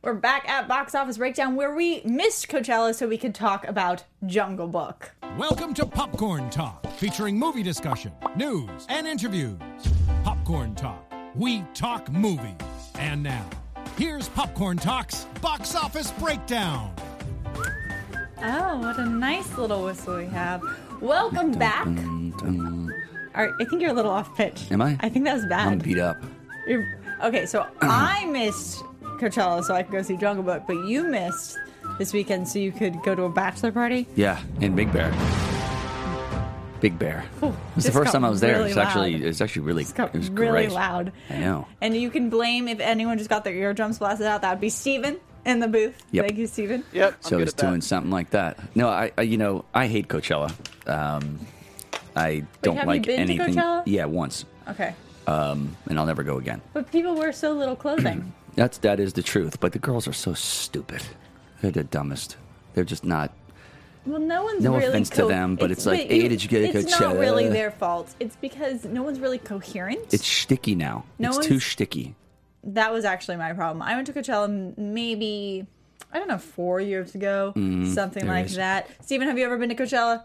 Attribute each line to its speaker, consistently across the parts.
Speaker 1: We're back at Box Office Breakdown where we missed Coachella so we could talk about Jungle Book.
Speaker 2: Welcome to Popcorn Talk, featuring movie discussion, news, and interviews. Popcorn Talk, we talk movies. And now, here's Popcorn Talk's box office breakdown.
Speaker 1: Oh, what a nice little whistle we have. Welcome back. All right, I think you're a little off pitch.
Speaker 3: Am I?
Speaker 1: I think that was
Speaker 3: I'm
Speaker 1: bad.
Speaker 3: beat up.
Speaker 1: You're- okay, so I missed Coachella so I could go see Jungle Book, but you missed this weekend so you could go to a bachelor party.
Speaker 3: Yeah, in Big Bear. Big Bear. It was the
Speaker 1: this
Speaker 3: first
Speaker 1: got
Speaker 3: time I was there.
Speaker 1: really
Speaker 3: it's actually
Speaker 1: loud.
Speaker 3: it's actually really
Speaker 1: It's got
Speaker 3: it was
Speaker 1: really
Speaker 3: great.
Speaker 1: loud.
Speaker 3: I know.
Speaker 1: And you can blame if anyone just got their eardrums blasted out. That would be Steven in the booth.
Speaker 3: Yep.
Speaker 1: Thank you, Steven.
Speaker 4: Yep. I'm
Speaker 3: So
Speaker 4: good
Speaker 3: it's
Speaker 4: at that.
Speaker 3: doing something like that. No, I, I you know I hate Coachella. Um, I don't
Speaker 1: have you
Speaker 3: like
Speaker 1: been to
Speaker 3: anything.
Speaker 1: Coachella?
Speaker 3: Yeah, once,
Speaker 1: Okay.
Speaker 3: um, and I'll never go again.
Speaker 1: But people wear so little clothing.
Speaker 3: That's that is the truth. But the girls are so stupid. They're the dumbest. They're just not.
Speaker 1: well, no one's
Speaker 3: No
Speaker 1: really
Speaker 3: offense to them, but it's like,
Speaker 1: but
Speaker 3: hey, did you get a
Speaker 1: It's not
Speaker 3: Coachella?
Speaker 1: really their fault. It's because no one's really coherent.
Speaker 3: It's shticky now.
Speaker 1: No
Speaker 3: it's
Speaker 1: one's-
Speaker 3: too shticky.
Speaker 1: that was actually my problem. I went to Coachella m- maybe I don't know four years ago, something
Speaker 3: Mm, there
Speaker 1: like
Speaker 3: is.
Speaker 1: that. Steven, have you ever been to Coachella?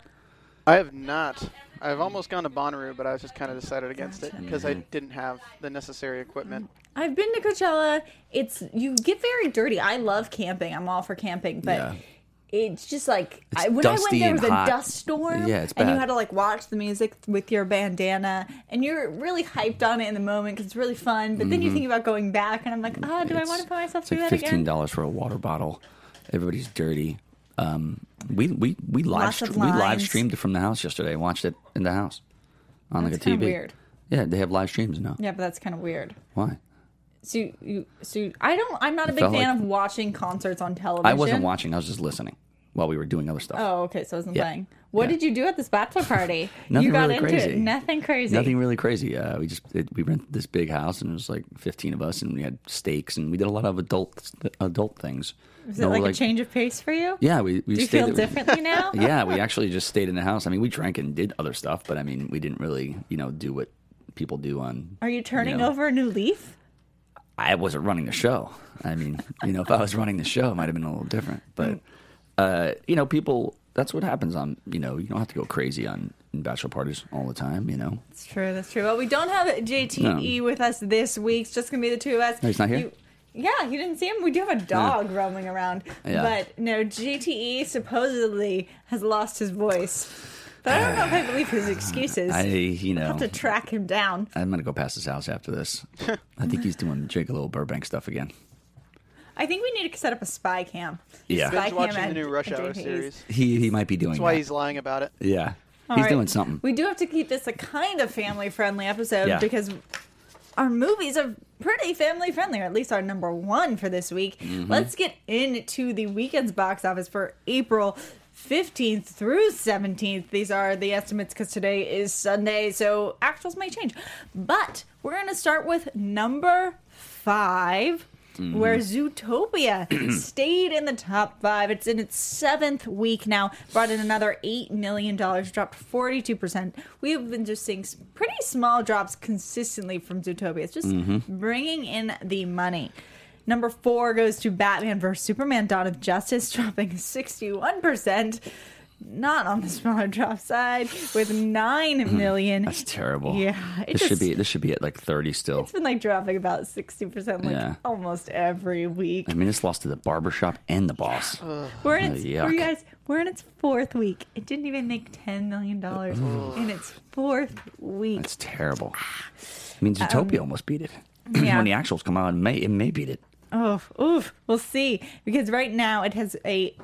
Speaker 4: I have not. I've almost gone to Bonnaroo, but I was just kind of decided against it because I didn't have the necessary equipment.
Speaker 1: I've been to Coachella. It's you get very dirty. I love camping. I'm all for camping, but
Speaker 3: Yeah.
Speaker 1: it's just like
Speaker 3: It's
Speaker 1: I, when I went
Speaker 3: dusty
Speaker 1: there
Speaker 3: and
Speaker 1: was a
Speaker 3: hot.
Speaker 1: dust storm.
Speaker 3: Yeah, it's
Speaker 1: And you
Speaker 3: bad.
Speaker 1: had to like watch the music with your bandana, and you're really hyped on it in the moment because it's really fun. But then you think about going back, and I'm like, ah, do I
Speaker 3: Mm-hmm. It's-
Speaker 1: want to put myself
Speaker 3: it's
Speaker 1: through
Speaker 3: like
Speaker 1: that again?
Speaker 3: fifteen dollars for a water bottle. Everybody's dirty. Um, we we we live
Speaker 1: Lots of
Speaker 3: stre- we live
Speaker 1: lines.
Speaker 3: streamed it from the house yesterday. I watched it in the house on like
Speaker 1: That's
Speaker 3: a
Speaker 1: kinda
Speaker 3: TV.
Speaker 1: weird.
Speaker 3: Yeah, they have live streams now.
Speaker 1: Yeah, but that's kind of weird.
Speaker 3: Why?
Speaker 1: So you- you, so you- I don't. I'm not a big fan
Speaker 3: felt like-
Speaker 1: of watching concerts on television.
Speaker 3: I wasn't watching. I was just listening while we were doing other stuff.
Speaker 1: Oh, okay. So I wasn't
Speaker 3: Yeah.
Speaker 1: playing. What
Speaker 3: Yeah.
Speaker 1: did you do at this bachelor party? you
Speaker 3: Nothing
Speaker 1: got
Speaker 3: really
Speaker 1: into
Speaker 3: crazy.
Speaker 1: it. Nothing crazy.
Speaker 3: Nothing really crazy. Uh, we just it, we rented this big house and it was like fifteen of us and we had steaks and we did a lot of adult adult things.
Speaker 1: Is it like, a change of pace for you?
Speaker 3: Yeah, we we
Speaker 1: Do you
Speaker 3: stayed
Speaker 1: feel
Speaker 3: there-
Speaker 1: differently now?
Speaker 3: yeah, we actually just stayed in the house. I mean, we drank and did other stuff, but I mean, we didn't really, you know, do what people do on.
Speaker 1: Are you turning
Speaker 3: know.
Speaker 1: over a new leaf?
Speaker 3: I wasn't running the show. I mean, you know, if I was running the show, it might have been a little different. But uh, you know, people. That's what happens on. You know, you don't have to go crazy on in bachelor parties all the time. You know,
Speaker 1: That's true. That's true. Well, we don't have JTE with us this week. It's just gonna be the two of us.
Speaker 3: he's not here?
Speaker 1: You- yeah, you didn't see him. We do have a dog roaming around,
Speaker 3: Yeah.
Speaker 1: but no, JTE supposedly has lost his voice. But I don't know if I believe his excuses.
Speaker 3: I you know.
Speaker 1: have to track him down.
Speaker 3: I'm gonna go past his house after this. I think he's doing Jake Little Burbank stuff again.
Speaker 1: I think we need to set up a spy cam.
Speaker 3: Yeah.
Speaker 1: spy
Speaker 4: Binge watching
Speaker 1: at-
Speaker 4: the new Rush
Speaker 1: at
Speaker 4: Hour
Speaker 1: JTE's.
Speaker 4: series.
Speaker 3: He he might be doing.
Speaker 4: That's why
Speaker 3: that.
Speaker 4: he's lying about it.
Speaker 3: yeah,
Speaker 1: All
Speaker 3: he's
Speaker 1: right.
Speaker 3: doing something.
Speaker 1: We do have to keep this a kind of family friendly episode
Speaker 3: Yeah.
Speaker 1: because our movies are pretty family friendly, or at least our number one for this week.
Speaker 3: Mm-hmm.
Speaker 1: Let's get into the weekend's box office for April. 15th through 17th. These are the estimates because today is Sunday, so actuals may change. But we're going to start with number five,
Speaker 3: Mm-hmm.
Speaker 1: where Zootopia stayed in the top five. It's in its seventh week now, brought in another $8 million, dropped 42%. We've been just seeing s- pretty small drops consistently from Zootopia. It's just
Speaker 3: Mm-hmm.
Speaker 1: bringing in the money. Number four goes to Batman vs. Superman Dawn of Justice, dropping 61%. Not on the smaller drop side with nine million.
Speaker 3: Mm-hmm. That's terrible.
Speaker 1: Yeah, it
Speaker 3: this should
Speaker 1: just-
Speaker 3: be this should be at like 30 still.
Speaker 1: It's been like dropping about 60% like
Speaker 3: Yeah.
Speaker 1: almost every week.
Speaker 3: I mean, it's lost to the barbershop and the boss.
Speaker 1: We're in its,
Speaker 3: Oh, yuck.
Speaker 1: we're, you guys, we're in its fourth week. It didn't even make ten million dollars in its fourth week.
Speaker 3: That's terrible. I mean, Zootopia almost beat it.
Speaker 1: Um, yeah.
Speaker 3: when the actuals come out, it may, it may beat it.
Speaker 1: Oh, oof. We'll see because right now it has a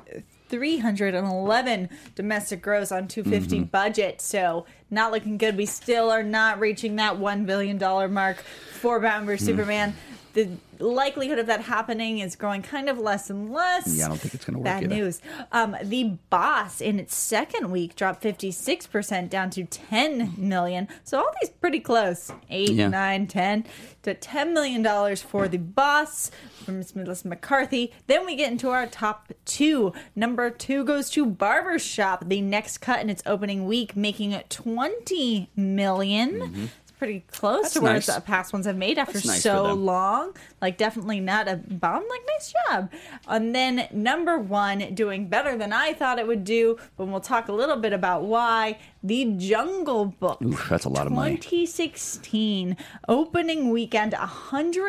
Speaker 1: 311 domestic gross on 250
Speaker 3: Mm-hmm.
Speaker 1: budget, so not looking good. We still are not reaching that one billion dollar mark for Batman
Speaker 3: Mm.
Speaker 1: vs Superman. The likelihood of that happening is growing kind of less and less.
Speaker 3: Yeah, I don't think it's going to work
Speaker 1: Bad
Speaker 3: either.
Speaker 1: news. Um, the boss in its second week dropped 56% down to 10 million. So all these pretty close. eight,
Speaker 3: Yeah.
Speaker 1: nine, ten to 10 million dollars for the boss from Miss Melissa McCarthy. Then we get into our top 2. Number 2 goes to Barbershop, the next cut in its opening week making 20 million. It's pretty close
Speaker 3: Mm-hmm. That's
Speaker 1: to where
Speaker 3: nice.
Speaker 1: the past ones I've made after
Speaker 3: That's nice for
Speaker 1: so
Speaker 3: them.
Speaker 1: long. Like, definitely not a bomb. Like, nice job. And then number one, doing better than I thought it would do. But we'll talk a little bit about why. The Jungle Book.
Speaker 3: Oof, that's a lot of money.
Speaker 1: 2016 opening weekend,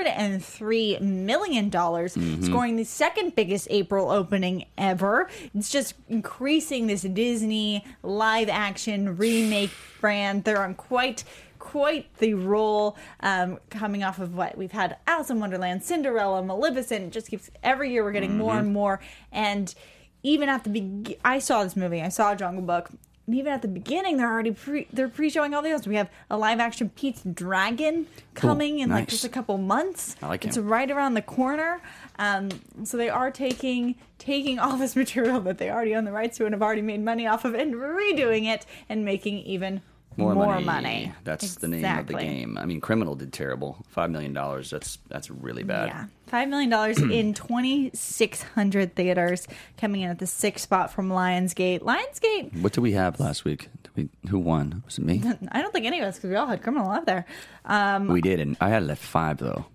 Speaker 1: 103 million dollars,
Speaker 3: Mm-hmm.
Speaker 1: scoring the second biggest April opening ever. It's just increasing this Disney live action remake brand. They're on quite. Quite the roll um, coming off of what we've had Alice in Wonderland, Cinderella, Maleficent. It just keeps every year we're getting more
Speaker 3: Mm-hmm.
Speaker 1: and more. And even at the be- I saw this movie, I saw Jungle Book, and even at the beginning, they're already pre they're pre showing all the others. We have a live action Pete's Dragon coming in like
Speaker 3: nice.
Speaker 1: just a couple months.
Speaker 3: I like
Speaker 1: it's
Speaker 3: him.
Speaker 1: right around the corner. Um, so they are taking taking all this material that they already own the rights to and have already made money off of and redoing it and making even more, money.
Speaker 3: That's the name of the
Speaker 1: Exactly.
Speaker 3: game. I mean, Criminal did terrible. Five million dollars. That's that's really bad.
Speaker 1: Yeah, five million dollars in twenty six hundred theaters, coming in at the sixth spot from Lionsgate. Lionsgate
Speaker 3: What did we have last week? Did we, who won? Was it me?
Speaker 1: I don't think any of us, because we all had criminal up there. Um,
Speaker 3: we did, and I had left five though.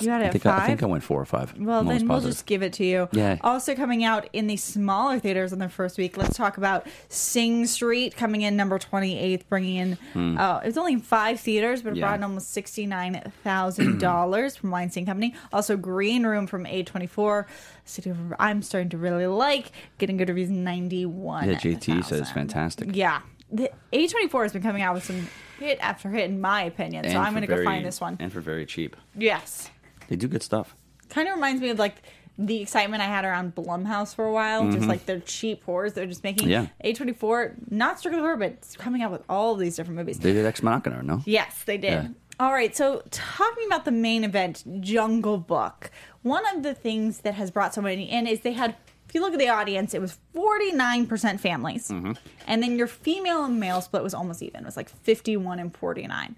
Speaker 1: you had it
Speaker 3: I think
Speaker 1: at
Speaker 3: I, I think
Speaker 1: five.
Speaker 3: I went four or five.
Speaker 1: well,
Speaker 3: I'm almost
Speaker 1: then we'll
Speaker 3: positive.
Speaker 1: just give it to you.
Speaker 3: Yeah.
Speaker 1: Also coming out in the smaller theaters in the first week. Let's talk about Sing Street coming in number twenty eighth, bringing in. Uh, it was only in five theaters, but it
Speaker 3: Hmm. Yeah.
Speaker 1: brought in almost sixty nine thousand dollars from Weinstein Company. Also, Green Room from A twenty four. City of I'm starting to really like getting good reviews. Ninety one.
Speaker 3: yeah, JT says fantastic.
Speaker 1: Yeah. The A24 has been coming out with some hit after hit, in my opinion.
Speaker 3: And
Speaker 1: so I'm
Speaker 3: for
Speaker 1: going to go
Speaker 3: very-
Speaker 1: find this one.
Speaker 3: And for very cheap,
Speaker 1: Yes.
Speaker 3: they do good stuff.
Speaker 1: Kind of reminds me of like the excitement I had around Blumhouse for a while. Just like their cheap horrors they're just making.
Speaker 3: Mm-hmm. Yeah.
Speaker 1: A24, not strictly horror, but it's coming out with all these different movies.
Speaker 3: They did Ex Machina, no?
Speaker 1: Yes, they did.
Speaker 3: Yeah.
Speaker 1: All right, so talking about the main event, Jungle Book, one of the things that has brought so many in is they had, if you look at the audience, it was 49% families. And then your female and male split was almost even, it was like 51 and 49.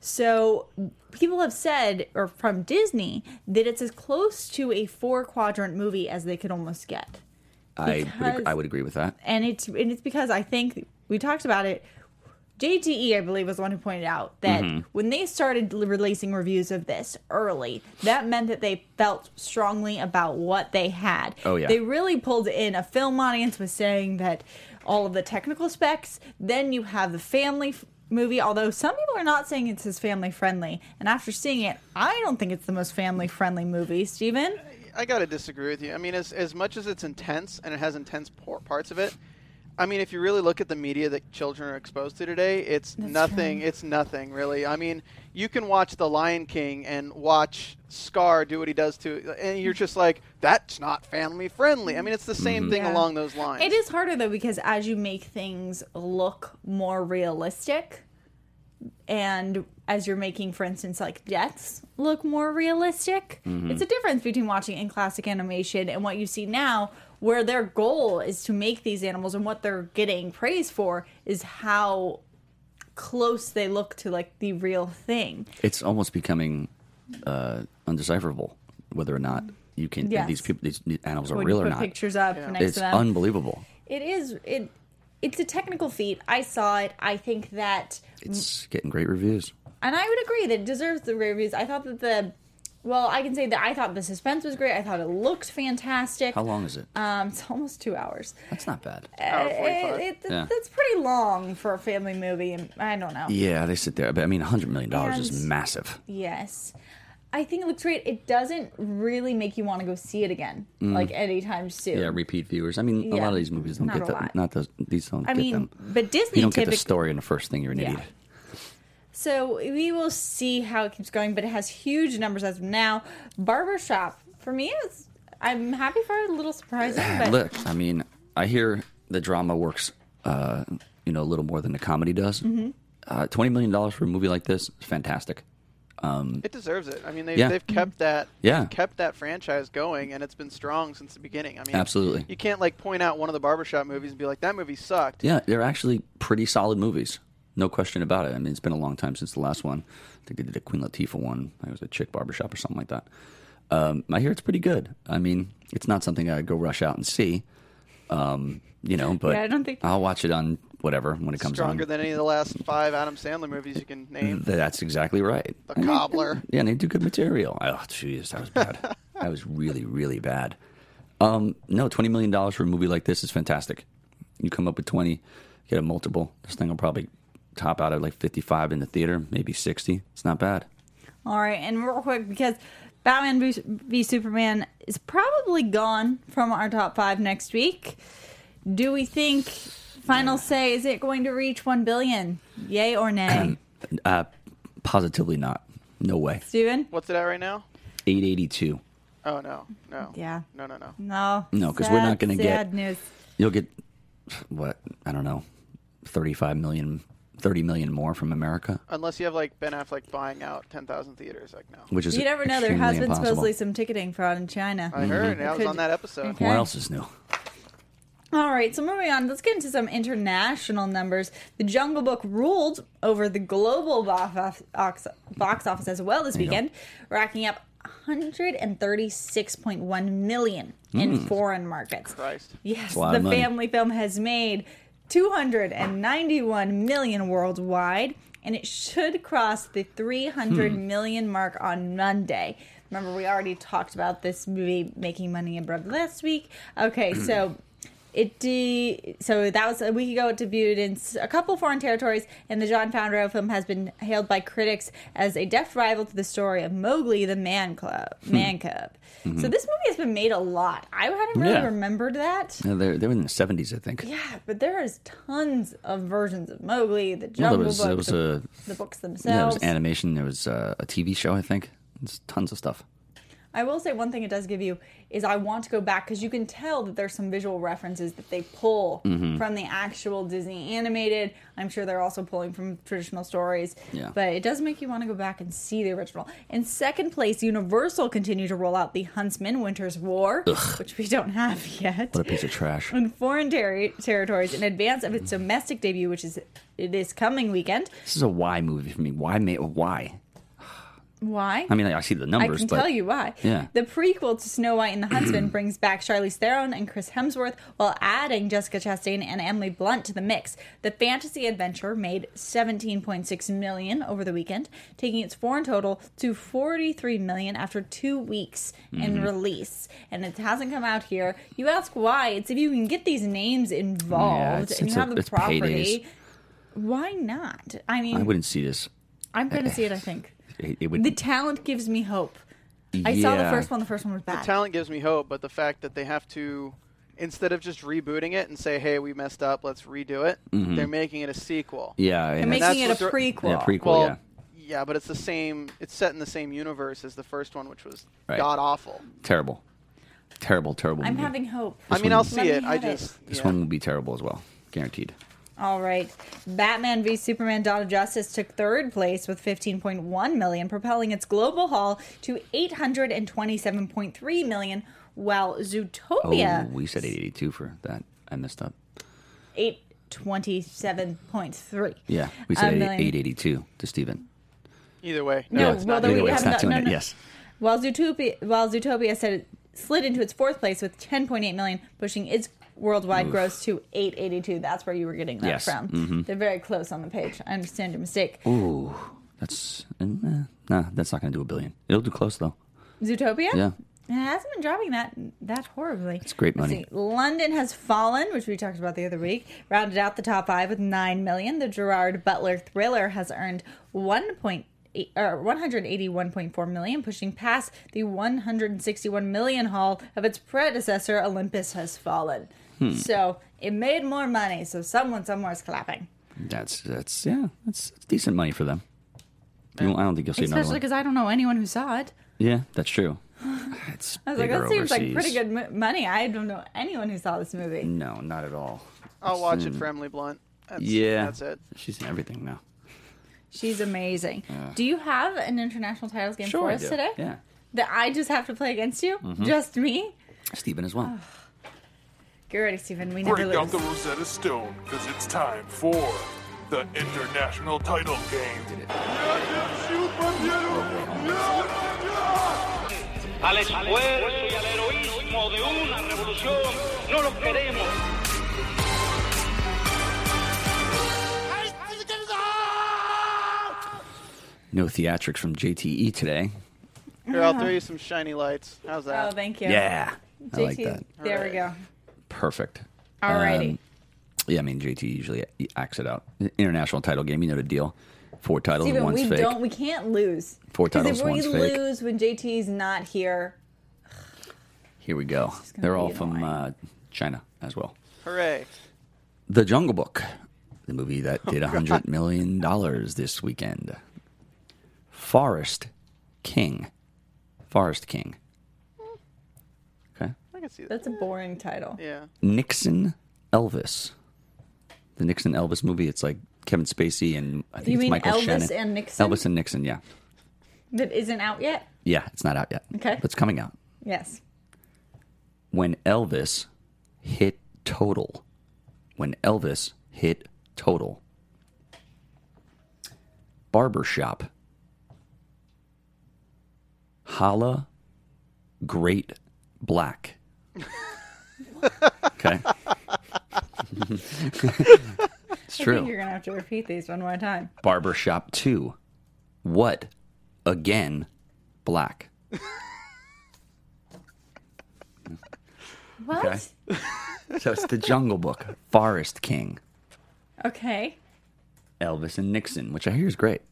Speaker 1: So people have said, or from Disney, that it's as close to a four quadrant movie as they could almost get
Speaker 3: I would,
Speaker 1: Because-
Speaker 3: ag- I would agree with that.
Speaker 1: and it's and it's because I think we talked about it. JTE, I believe, was the one who pointed out that
Speaker 3: Mm-hmm.
Speaker 1: when they started l- releasing reviews of this early, that meant that they felt strongly about what they had.
Speaker 3: Oh, yeah.
Speaker 1: They really pulled in a film audience with saying that all of the technical specs, then you have the family f- movie, although some people are not saying it's as family friendly. And after seeing it, I don't think it's the most family friendly movie, Steven.
Speaker 4: I gotta disagree with you. I mean, as as much as it's intense and it has intense por- parts of it, I mean, if you really look at the media that children are exposed to today, it's nothing. It's nothing really. I mean, you can watch The Lion King and watch Scar do what he does to, and you're just like, that's not family friendly. I mean, it's the same thing
Speaker 1: Mm-hmm. Yeah.
Speaker 4: along those lines.
Speaker 1: It is harder though because as you make things look more realistic, and as you're making, for instance, like deaths look more realistic,
Speaker 3: Mm-hmm.
Speaker 1: it's a difference between watching in classic animation and what you see now, where their goal is to make these animals and what they're getting praise for is how close they look to like the real thing.
Speaker 3: It's almost becoming uh, undecipherable whether or not you can
Speaker 1: Yes.
Speaker 3: these people these these animals are
Speaker 1: When
Speaker 3: real
Speaker 1: you
Speaker 3: or
Speaker 1: put
Speaker 3: not.
Speaker 1: pictures up next
Speaker 3: It's
Speaker 1: to them. Mm.
Speaker 3: unbelievable.
Speaker 1: it is it. It's a technical feat. I saw it. I think that
Speaker 3: It's getting great reviews.
Speaker 1: and I would agree that it deserves the great reviews. I thought that the well, I can say that I thought the suspense was great. I thought it looked fantastic.
Speaker 3: How long is it?
Speaker 1: Um, it's almost two hours.
Speaker 3: That's not bad.
Speaker 4: Hour
Speaker 1: It-
Speaker 4: 45.
Speaker 1: it- it-
Speaker 3: Yeah.
Speaker 1: That's pretty long for a family movie, and I don't know.
Speaker 3: Yeah, they sit there. But I mean, hundred million dollars is
Speaker 1: And-
Speaker 3: massive.
Speaker 1: Yes, I think it looks great. It doesn't really make you want to go see it again, like anytime soon.
Speaker 3: Mm. Yeah, repeat viewers. I mean, a
Speaker 1: Yeah.
Speaker 3: lot of these movies don't
Speaker 1: Not a
Speaker 3: get that.
Speaker 1: lot.
Speaker 3: Not those. These don't
Speaker 1: I
Speaker 3: get
Speaker 1: mean,
Speaker 3: them.
Speaker 1: but Disney
Speaker 3: You don't get
Speaker 1: typically
Speaker 3: the story in the first thing. You're an
Speaker 1: Yeah.
Speaker 3: idiot.
Speaker 1: So we will see how it keeps going, but it has huge numbers as of now. Barbershop for me is. I'm happy for it, a little surprising, but
Speaker 3: Look, I mean, I hear the drama works, uh, you know, a little more than the comedy does.
Speaker 1: Mm-hmm.
Speaker 3: Uh, Twenty million dollars for a movie like this is fantastic.
Speaker 4: It deserves it. I mean, they,
Speaker 3: Yeah.
Speaker 4: they've
Speaker 1: Mm.
Speaker 4: kept that
Speaker 3: Yeah.
Speaker 4: they've kept that franchise going, and it's been strong since the beginning. I mean,
Speaker 3: Absolutely.
Speaker 4: You can't like point out one of the barbershop movies and be like, that movie sucked.
Speaker 3: Yeah, they're actually pretty solid movies. No question about it. I mean, it's been a long time since the last one. I think they did a Queen Latifah one. I think it was a chick barbershop or something like that. Um, I hear it's pretty good. I mean, it's not something I'd go rush out and see, Um, you know, but
Speaker 1: Yeah, I don't think-
Speaker 3: I'll watch it on whatever when it comes
Speaker 4: Stronger
Speaker 3: on. Mm.
Speaker 4: than any of the last five Adam Sandler movies you can name.
Speaker 3: That's exactly right.
Speaker 4: The
Speaker 3: And they-
Speaker 4: Cobbler.
Speaker 3: yeah, and they do good material. Oh, jeez, that was bad. that was really, really bad. Um, no, twenty million dollars for a movie like this is fantastic. You come up with twenty, get a multiple. This thing will probably top out at like fifty-five in the theater, maybe sixty. It's not bad.
Speaker 1: All right, and real quick because Batman v- v Superman is probably gone from our top five next week. Do we think final say is it going to reach one billion? Yay or nay,
Speaker 3: Uh, positively not. No way.
Speaker 1: Steven?
Speaker 4: What's it at right now?
Speaker 3: Eight eighty-two.
Speaker 4: Oh no, no.
Speaker 1: Yeah.
Speaker 4: No, no, no.
Speaker 1: No,
Speaker 3: No, 'cause we're
Speaker 1: Sad,
Speaker 3: not gonna get-
Speaker 1: sad news.
Speaker 3: You'll get what I don't know, thirty-five million, thirty million more from America,
Speaker 4: Unless you have like Ben Affleck buying out ten thousand theaters, like no.
Speaker 3: which is
Speaker 1: You never know. There
Speaker 3: extremely
Speaker 1: has been
Speaker 3: impossible.
Speaker 1: supposedly some ticketing fraud in China.
Speaker 3: Mm-hmm.
Speaker 4: I heard. I was
Speaker 1: Could-
Speaker 4: on that episode.
Speaker 1: Okay.
Speaker 3: What else is new?
Speaker 1: All right, so moving on, let's get into some international numbers. The Jungle Book ruled over the global box office, box office as well this
Speaker 3: you go.
Speaker 1: weekend, racking up 136.1 million in foreign markets.
Speaker 4: Christ.
Speaker 1: Yes,
Speaker 3: Hmm. a lot of
Speaker 1: the
Speaker 3: money.
Speaker 1: family film has made 291 million worldwide, and it should cross the 300
Speaker 3: Hmm.
Speaker 1: million mark on Monday. Remember, we already talked about this movie making money abroad last week. Okay, so. It de- so that was a week ago. It debuted in s- a couple foreign territories, and the John Favreau film has been hailed by critics as a deft rival to the story of Mowgli, the Man Club,
Speaker 3: Hmm.
Speaker 1: Man Cub. So this movie has been made a lot. I hadn't really
Speaker 3: Mm-hmm. Yeah.
Speaker 1: remembered that.
Speaker 3: No, they're they're in the seventies, I think.
Speaker 1: Yeah, but there is tons of versions of Mowgli, the
Speaker 3: Well,
Speaker 1: Jungle
Speaker 3: there was
Speaker 1: Book,
Speaker 3: there was
Speaker 1: the,
Speaker 3: a
Speaker 1: the books
Speaker 3: yeah, there
Speaker 1: themselves.
Speaker 3: was animation. There was uh, a TV show, I think. There's tons of stuff.
Speaker 1: I will say one thing it does give you is I want to go back because you can tell that there's some visual references that they pull
Speaker 3: Mm-hmm.
Speaker 1: from the actual Disney animated. I'm sure they're also pulling from traditional stories.
Speaker 3: Yeah.
Speaker 1: But it does make you want to go back and see the original. In second place, Universal continued to roll out The Huntsman Winter's War, which we don't have yet.
Speaker 3: What a piece of trash.
Speaker 1: in foreign terri territories in advance of its domestic debut, which is this coming weekend.
Speaker 3: This is a why movie for me. Why ma Why?
Speaker 1: Why?
Speaker 3: I mean, like, I see the
Speaker 1: I
Speaker 3: numbers,
Speaker 1: can
Speaker 3: but
Speaker 1: tell you why.
Speaker 3: Yeah.
Speaker 1: The prequel to Snow White and the Huntsman brings back Charlize Theron and Chris Hemsworth while adding Jessica Chastain and Emily Blunt to the mix. The fantasy adventure made 17.6 million over the weekend, taking its foreign total to 43 million after 2 weeks
Speaker 3: Mm-hmm.
Speaker 1: in release. And it hasn't come out here. You ask why? It's if you can get these names involved
Speaker 3: it's-
Speaker 1: and
Speaker 3: it's
Speaker 1: you
Speaker 3: a-
Speaker 1: have the
Speaker 3: it's paydays.
Speaker 1: property. Why not? I mean,
Speaker 3: I wouldn't see this.
Speaker 1: I'm going to see it, I think.
Speaker 3: It, it would.
Speaker 1: The talent gives me hope. I saw the
Speaker 3: yeah.
Speaker 1: first one. The first one was bad.
Speaker 4: Talent gives me hope, but the fact that they have to, instead of just rebooting it and say, "Hey, we messed up, let's redo it," they're making it a sequel.
Speaker 3: Mm-hmm. Yeah,
Speaker 1: They're
Speaker 3: and that's-
Speaker 1: making it a
Speaker 4: that's what they're-
Speaker 1: prequel.
Speaker 3: yeah, prequel.
Speaker 4: Uh, Well,
Speaker 3: yeah,
Speaker 4: yeah, but it's the same. It's set in the same universe as the first one, which was
Speaker 3: Right.
Speaker 4: god awful.
Speaker 3: terrible, terrible, terrible.
Speaker 1: I'm
Speaker 3: movie.
Speaker 1: having hope.
Speaker 4: I mean, I'll
Speaker 1: Let
Speaker 4: see
Speaker 1: me
Speaker 4: it. I
Speaker 1: have it.
Speaker 4: just
Speaker 3: this
Speaker 4: yeah.
Speaker 3: one will be terrible as well, guaranteed.
Speaker 1: All right. Batman v Superman Dawn of Justice took third place with 15.1 million, propelling its global haul to 827.3 million, while
Speaker 3: Oh,
Speaker 1: Zootopia
Speaker 3: we said eight eighty-two for that. I missed up.
Speaker 1: 827.3.
Speaker 3: Yeah, we
Speaker 1: Uh,
Speaker 3: said
Speaker 1: million.
Speaker 3: eight eighty-two to Steven.
Speaker 4: Either way,
Speaker 1: No,
Speaker 4: no,
Speaker 1: well,
Speaker 4: it's not.
Speaker 1: though we
Speaker 4: either
Speaker 3: Either way,
Speaker 4: way.
Speaker 1: have
Speaker 3: it's not
Speaker 1: not-
Speaker 3: doing
Speaker 1: no,
Speaker 3: it.
Speaker 1: no.
Speaker 3: Yes.
Speaker 1: While Zootopia, while Zootopia said it slid into its fourth place with 10.8 million, pushing its worldwide gross to 882. That's where you were getting that
Speaker 3: Yes. Mm-hmm.
Speaker 1: from. They're very close on the page. I understand your mistake.
Speaker 3: Ooh, that's eh, nah. That's not gonna do a billion. It'll do close though.
Speaker 1: Zootopia?
Speaker 3: Yeah.
Speaker 1: It hasn't been dropping that that horribly. It's
Speaker 3: great money.
Speaker 1: London has fallen, which we talked about the other week, rounded out the top five with nine million. The Gerard Butler thriller has earned one point eight or 181.4 million, pushing past the 161 million haul of its predecessor, Olympus Has Fallen.
Speaker 3: Hmm.
Speaker 1: So it made more money, so someone somewhere is clapping.
Speaker 3: That's that's yeah. That's, that's decent money for them. You won't- I don't think you'll see another
Speaker 1: Especially
Speaker 3: one.
Speaker 1: because I don't know anyone who saw it.
Speaker 3: Yeah, that's true. It's
Speaker 1: I was
Speaker 3: bigger
Speaker 1: like, that seems like
Speaker 3: overseas.
Speaker 1: pretty good mo- money. I don't know anyone who saw this movie.
Speaker 3: No, not at all.
Speaker 4: I'll watch it for Emily Blunt. That's,
Speaker 3: Hmm. yeah,
Speaker 4: that's it.
Speaker 3: She's in everything now.
Speaker 1: She's amazing. Do you have an international titles game for
Speaker 3: I
Speaker 1: us
Speaker 3: do.
Speaker 1: today?
Speaker 3: Yeah, Mm-hmm.
Speaker 1: That I just have to play against you? Just me?
Speaker 3: Steven as well.
Speaker 1: Ah. Get ready, Stephen. We never
Speaker 5: Bring out
Speaker 1: lose.
Speaker 5: the Rosetta Stone, because it's time for the international title game.
Speaker 6: al esfuerzo y al heroísmo de una revolución. No los queremos.
Speaker 3: No theatrics from JTE today.
Speaker 4: Here, I'll throw you some shiny lights. How's
Speaker 1: Oh,
Speaker 4: that?
Speaker 1: thank you.
Speaker 3: Yeah, I like
Speaker 1: E.
Speaker 3: that. Um,
Speaker 1: There we go.
Speaker 3: Perfect.
Speaker 1: Alrighty.
Speaker 3: Um, yeah, I mean JT usually acts it out. International title game, you know the deal. Four titles,
Speaker 1: Steven,
Speaker 3: one's
Speaker 1: we
Speaker 3: fake.
Speaker 1: don't. We can't lose.
Speaker 3: Four
Speaker 1: 'Cause
Speaker 3: titles,
Speaker 1: If we
Speaker 3: one's fake.
Speaker 1: lose when JT's not here,
Speaker 3: Here we go.
Speaker 1: gonna
Speaker 3: They're
Speaker 1: be
Speaker 3: all from uh,
Speaker 1: annoying.
Speaker 3: China as well.
Speaker 4: Hooray.
Speaker 3: The Jungle Book, the movie that
Speaker 1: Oh,
Speaker 3: did a hundred million dollars this weekend. Forest King, Forest King. Okay,
Speaker 4: I can see that.
Speaker 1: that's a boring title.
Speaker 4: Yeah.
Speaker 3: Nixon Elvis, the Nixon Elvis movie. It's like Kevin Spacey and I think
Speaker 1: You
Speaker 3: it's
Speaker 1: mean
Speaker 3: Michael
Speaker 1: Elvis
Speaker 3: Shannon.
Speaker 1: and Nixon?
Speaker 3: Elvis and Nixon. Yeah,
Speaker 1: That isn't out yet.
Speaker 3: yeah. It's not out yet.
Speaker 1: Okay.
Speaker 3: but it's coming out.
Speaker 1: Yes.
Speaker 3: when Elvis hit total. When Elvis hit total. Barbershop. Holla Great Black. okay. it's
Speaker 1: I think
Speaker 3: true.
Speaker 1: you're gonna have to repeat these one more time.
Speaker 3: Barbershop 2. What? Again, black.
Speaker 1: What?
Speaker 3: Okay. So it's the Jungle Book, Forest King.
Speaker 1: Okay.
Speaker 3: Elvis and Nixon, which I hear is great.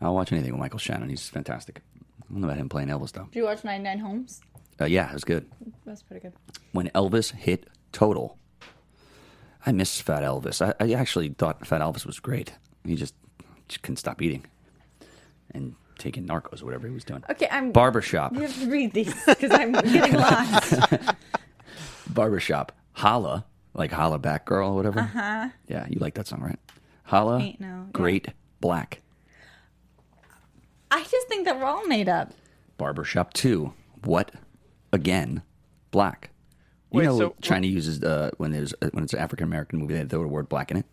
Speaker 3: I'll watch anything with Michael Shannon. He's fantastic. I don't know about him playing Elvis though.
Speaker 1: Did you watch Nine Nine Homes?
Speaker 3: Uh, yeah, it was good.
Speaker 1: That's pretty good.
Speaker 3: When Elvis hit total, I miss Fat Elvis. I, I actually thought Fat Elvis was great. He just, just couldn't stop eating and taking narcos, whatever he was doing.
Speaker 1: Okay, I'm.
Speaker 3: Barbershop,
Speaker 1: you have to read these because I'm getting lost.
Speaker 3: barbershop, holla, like holla back girl or whatever. Uh-huh. Yeah, you like that song, right? Holla,
Speaker 1: Ain't no- yeah.
Speaker 3: great black.
Speaker 1: I just think that we're all made up.
Speaker 3: Barbershop 2. What? Again, black. You
Speaker 4: Wait,
Speaker 3: know,
Speaker 4: so-
Speaker 3: China uses uh, when there's uh, when it's an African American movie, they throw the word black in it.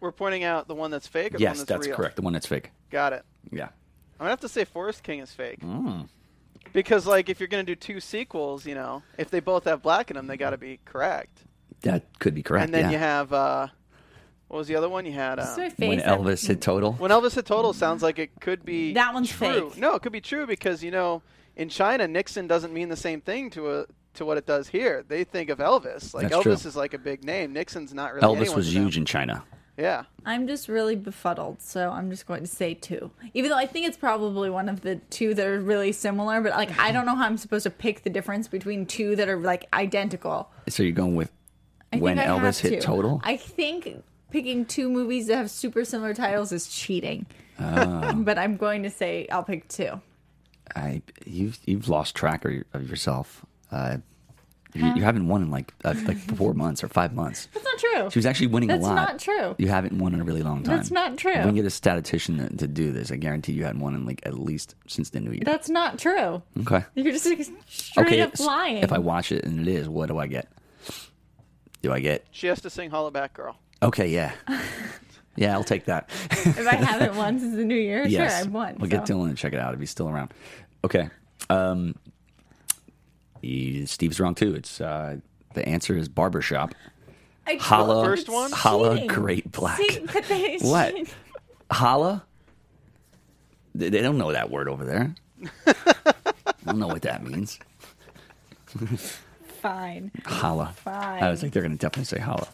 Speaker 4: We're pointing out the one that's fake or the one
Speaker 3: yes,
Speaker 4: that's,
Speaker 3: that's,
Speaker 4: real?
Speaker 3: correct. The one that's fake.
Speaker 4: Got it.
Speaker 3: Yeah.
Speaker 4: I'm gonna have to say Forest King is fake.
Speaker 3: Hmm.
Speaker 4: Because like if you're gonna do two sequels, you know, if they both have black in them, they gotta be correct.
Speaker 3: That could be correct.
Speaker 4: And then
Speaker 3: yeah.
Speaker 4: you have uh, what was the other one you had? Uh,
Speaker 1: So my face.
Speaker 3: Oh, when
Speaker 1: that-
Speaker 3: Elvis hit total.
Speaker 4: when Elvis hit total sounds like it could be
Speaker 1: That one's
Speaker 4: true.
Speaker 1: fake.
Speaker 4: No, it could be true because you know in China Nixon doesn't mean the same thing to a to what it does here. They think of Elvis like
Speaker 3: That's true.
Speaker 4: Elvis is like a big name. Nixon's not really.
Speaker 3: Elvis
Speaker 4: anyone
Speaker 3: was
Speaker 4: to them.
Speaker 3: huge in China.
Speaker 4: Yeah.
Speaker 1: I'm just really befuddled, so I'm just going to say two. Even though I think it's probably one of the two that are really similar, but like I don't know how I'm supposed to pick the difference between two that are like identical.
Speaker 3: So you're going with
Speaker 1: I
Speaker 3: when
Speaker 1: think I
Speaker 3: Elvis
Speaker 1: have
Speaker 3: hit
Speaker 1: to.
Speaker 3: total?
Speaker 1: I think picking two movies that have super similar titles is cheating.
Speaker 3: Ah.
Speaker 1: but I'm going to say I'll pick two.
Speaker 3: I you've you've lost track of, your- of yourself. Uh, you, you haven't won in like uh, like four months or five months.
Speaker 1: That's not true.
Speaker 3: She was actually winning
Speaker 1: That's
Speaker 3: a lot.
Speaker 1: not true.
Speaker 3: You haven't won in a really long time.
Speaker 1: That's not true.
Speaker 3: If we can get a statistician to, to do this, I guarantee you hadn't won in like at least since the new year.
Speaker 1: That's not true.
Speaker 3: okay.
Speaker 1: You're just like, straight
Speaker 3: okay.
Speaker 1: up
Speaker 3: s-
Speaker 1: lying.
Speaker 3: If I watch it and it is, what do I get? Do I get?
Speaker 4: She has to sing "Holla Back Girl."
Speaker 3: Okay. Yeah. yeah. I'll take that.
Speaker 1: If I haven't won since the new year,
Speaker 3: yes.
Speaker 1: sure, I've won.
Speaker 3: We'll get
Speaker 1: so.
Speaker 3: Dylan to check it out if he's still around. Okay. Um, he- Steve's wrong too. It's uh, the answer is barbershop.
Speaker 1: I-
Speaker 3: Holla,
Speaker 4: First one?
Speaker 3: holla,
Speaker 1: Cheating.
Speaker 3: great black.
Speaker 1: See, but they-
Speaker 3: What? Holla? They, they don't know that word over there. I don't know what that means.
Speaker 1: Fine.
Speaker 3: Holla.
Speaker 1: Fine.
Speaker 3: I was like, they're going to definitely say holla.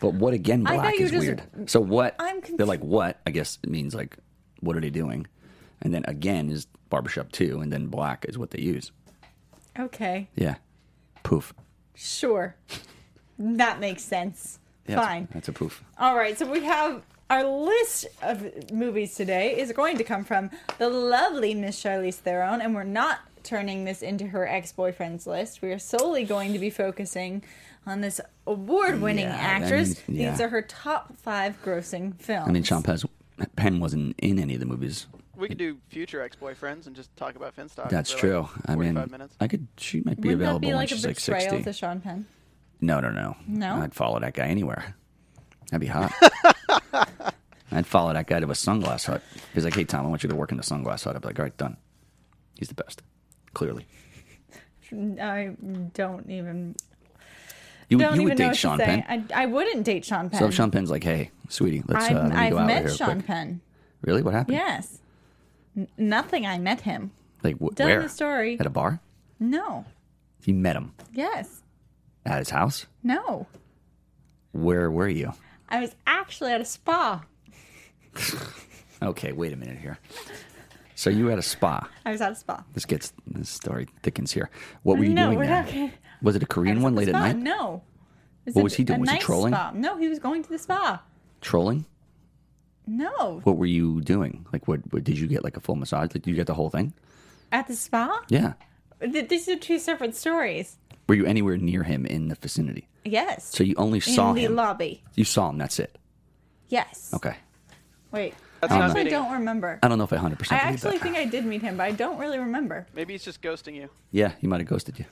Speaker 3: But what again,
Speaker 1: I thought
Speaker 3: black
Speaker 1: you
Speaker 3: is
Speaker 1: were
Speaker 3: weird.
Speaker 1: just-
Speaker 3: So what?
Speaker 1: I'm
Speaker 3: They're like, what? I guess it means like, what are they doing? And then again is barbershop two, and then black is what they use.
Speaker 1: Okay.
Speaker 3: Yeah. Poof.
Speaker 1: Sure. That makes sense.
Speaker 3: Yeah, that's-
Speaker 1: Fine.
Speaker 3: That's a poof.
Speaker 1: All right, so we have our list of movies today is going to come from the lovely Miss Charlize Theron, and we're not turning this into her ex-boyfriend's list. We are solely going to be focusing on this award-winning
Speaker 3: Yeah, I
Speaker 1: actress.
Speaker 3: mean, yeah.
Speaker 1: These are her top five grossing films.
Speaker 3: I mean, Champaz Penn wasn't in any of the movies.
Speaker 4: We could do future ex-boyfriends and just talk about Finstock.
Speaker 3: That's
Speaker 4: for,
Speaker 3: true.
Speaker 4: Like
Speaker 3: I mean,
Speaker 4: minutes.
Speaker 3: I could. She might be
Speaker 1: Wouldn't
Speaker 3: available
Speaker 1: that be
Speaker 3: when
Speaker 1: like a
Speaker 3: she's like
Speaker 1: betrayal
Speaker 3: sixty.
Speaker 1: to Sean Penn?
Speaker 3: No, no, no.
Speaker 1: No?
Speaker 3: I'd follow that guy anywhere. That'd be hot. I'd follow that guy to a sunglass hut. He's like, hey, Tom, I want you to work in the sunglass hut. I'd be like, all right, done. He's the best. Clearly,
Speaker 1: I don't even
Speaker 3: you, would-
Speaker 1: don't
Speaker 3: you
Speaker 1: even
Speaker 3: would
Speaker 1: know
Speaker 3: date
Speaker 1: what
Speaker 3: Sean
Speaker 1: to
Speaker 3: Penn.
Speaker 1: say. I, I wouldn't date Sean Penn.
Speaker 3: So if Sean Penn's like, "Hey, sweetie, let's
Speaker 1: I've,
Speaker 3: uh, let me
Speaker 1: I've
Speaker 3: go out
Speaker 1: met
Speaker 3: right here
Speaker 1: Sean
Speaker 3: quick."
Speaker 1: Penn.
Speaker 3: Really? What happened?
Speaker 1: Yes. N- nothing. I met him.
Speaker 3: Like wh-
Speaker 1: Telling
Speaker 3: where?
Speaker 1: the story.
Speaker 3: At a bar?
Speaker 1: No.
Speaker 3: You met him
Speaker 1: Yes.
Speaker 3: at his house?
Speaker 1: No.
Speaker 3: Where were you?
Speaker 1: I was actually at a spa.
Speaker 3: Okay, wait a minute here. So you were at a spa.
Speaker 1: I was at a spa.
Speaker 3: This gets this story thickens here. What were you
Speaker 1: no,
Speaker 3: doing
Speaker 1: we're
Speaker 3: there?
Speaker 1: not. gonna-
Speaker 3: Was it a
Speaker 1: I was
Speaker 3: Korean
Speaker 1: at
Speaker 3: one
Speaker 1: the
Speaker 3: late at
Speaker 1: spa.
Speaker 3: night?
Speaker 1: No. It
Speaker 3: What
Speaker 1: a-
Speaker 3: was he doing?
Speaker 1: a
Speaker 3: Was he
Speaker 1: nice
Speaker 3: trolling?
Speaker 1: spa. No, he was going to the spa.
Speaker 3: Trolling?
Speaker 1: No,
Speaker 3: What were you doing? Like, what, what did you get? Like a full massage? Like, did you get the whole thing?
Speaker 1: at the spa.
Speaker 3: Yeah.
Speaker 1: Th- These are two separate stories.
Speaker 3: Were you anywhere near him in the vicinity?
Speaker 1: Yes.
Speaker 3: So you only
Speaker 1: in
Speaker 3: saw
Speaker 1: the
Speaker 3: him.
Speaker 1: lobby.
Speaker 3: you saw him. That's it.
Speaker 1: Yes.
Speaker 3: Okay.
Speaker 1: Wait.
Speaker 4: That's
Speaker 1: I
Speaker 4: not
Speaker 1: actually
Speaker 4: meeting.
Speaker 1: don't remember.
Speaker 3: I don't know if I hundred
Speaker 1: I
Speaker 3: percent.
Speaker 1: actually
Speaker 3: that.
Speaker 1: think I did meet him, but I don't really remember.
Speaker 4: Maybe he's just ghosting you.
Speaker 3: Yeah, he might have ghosted you.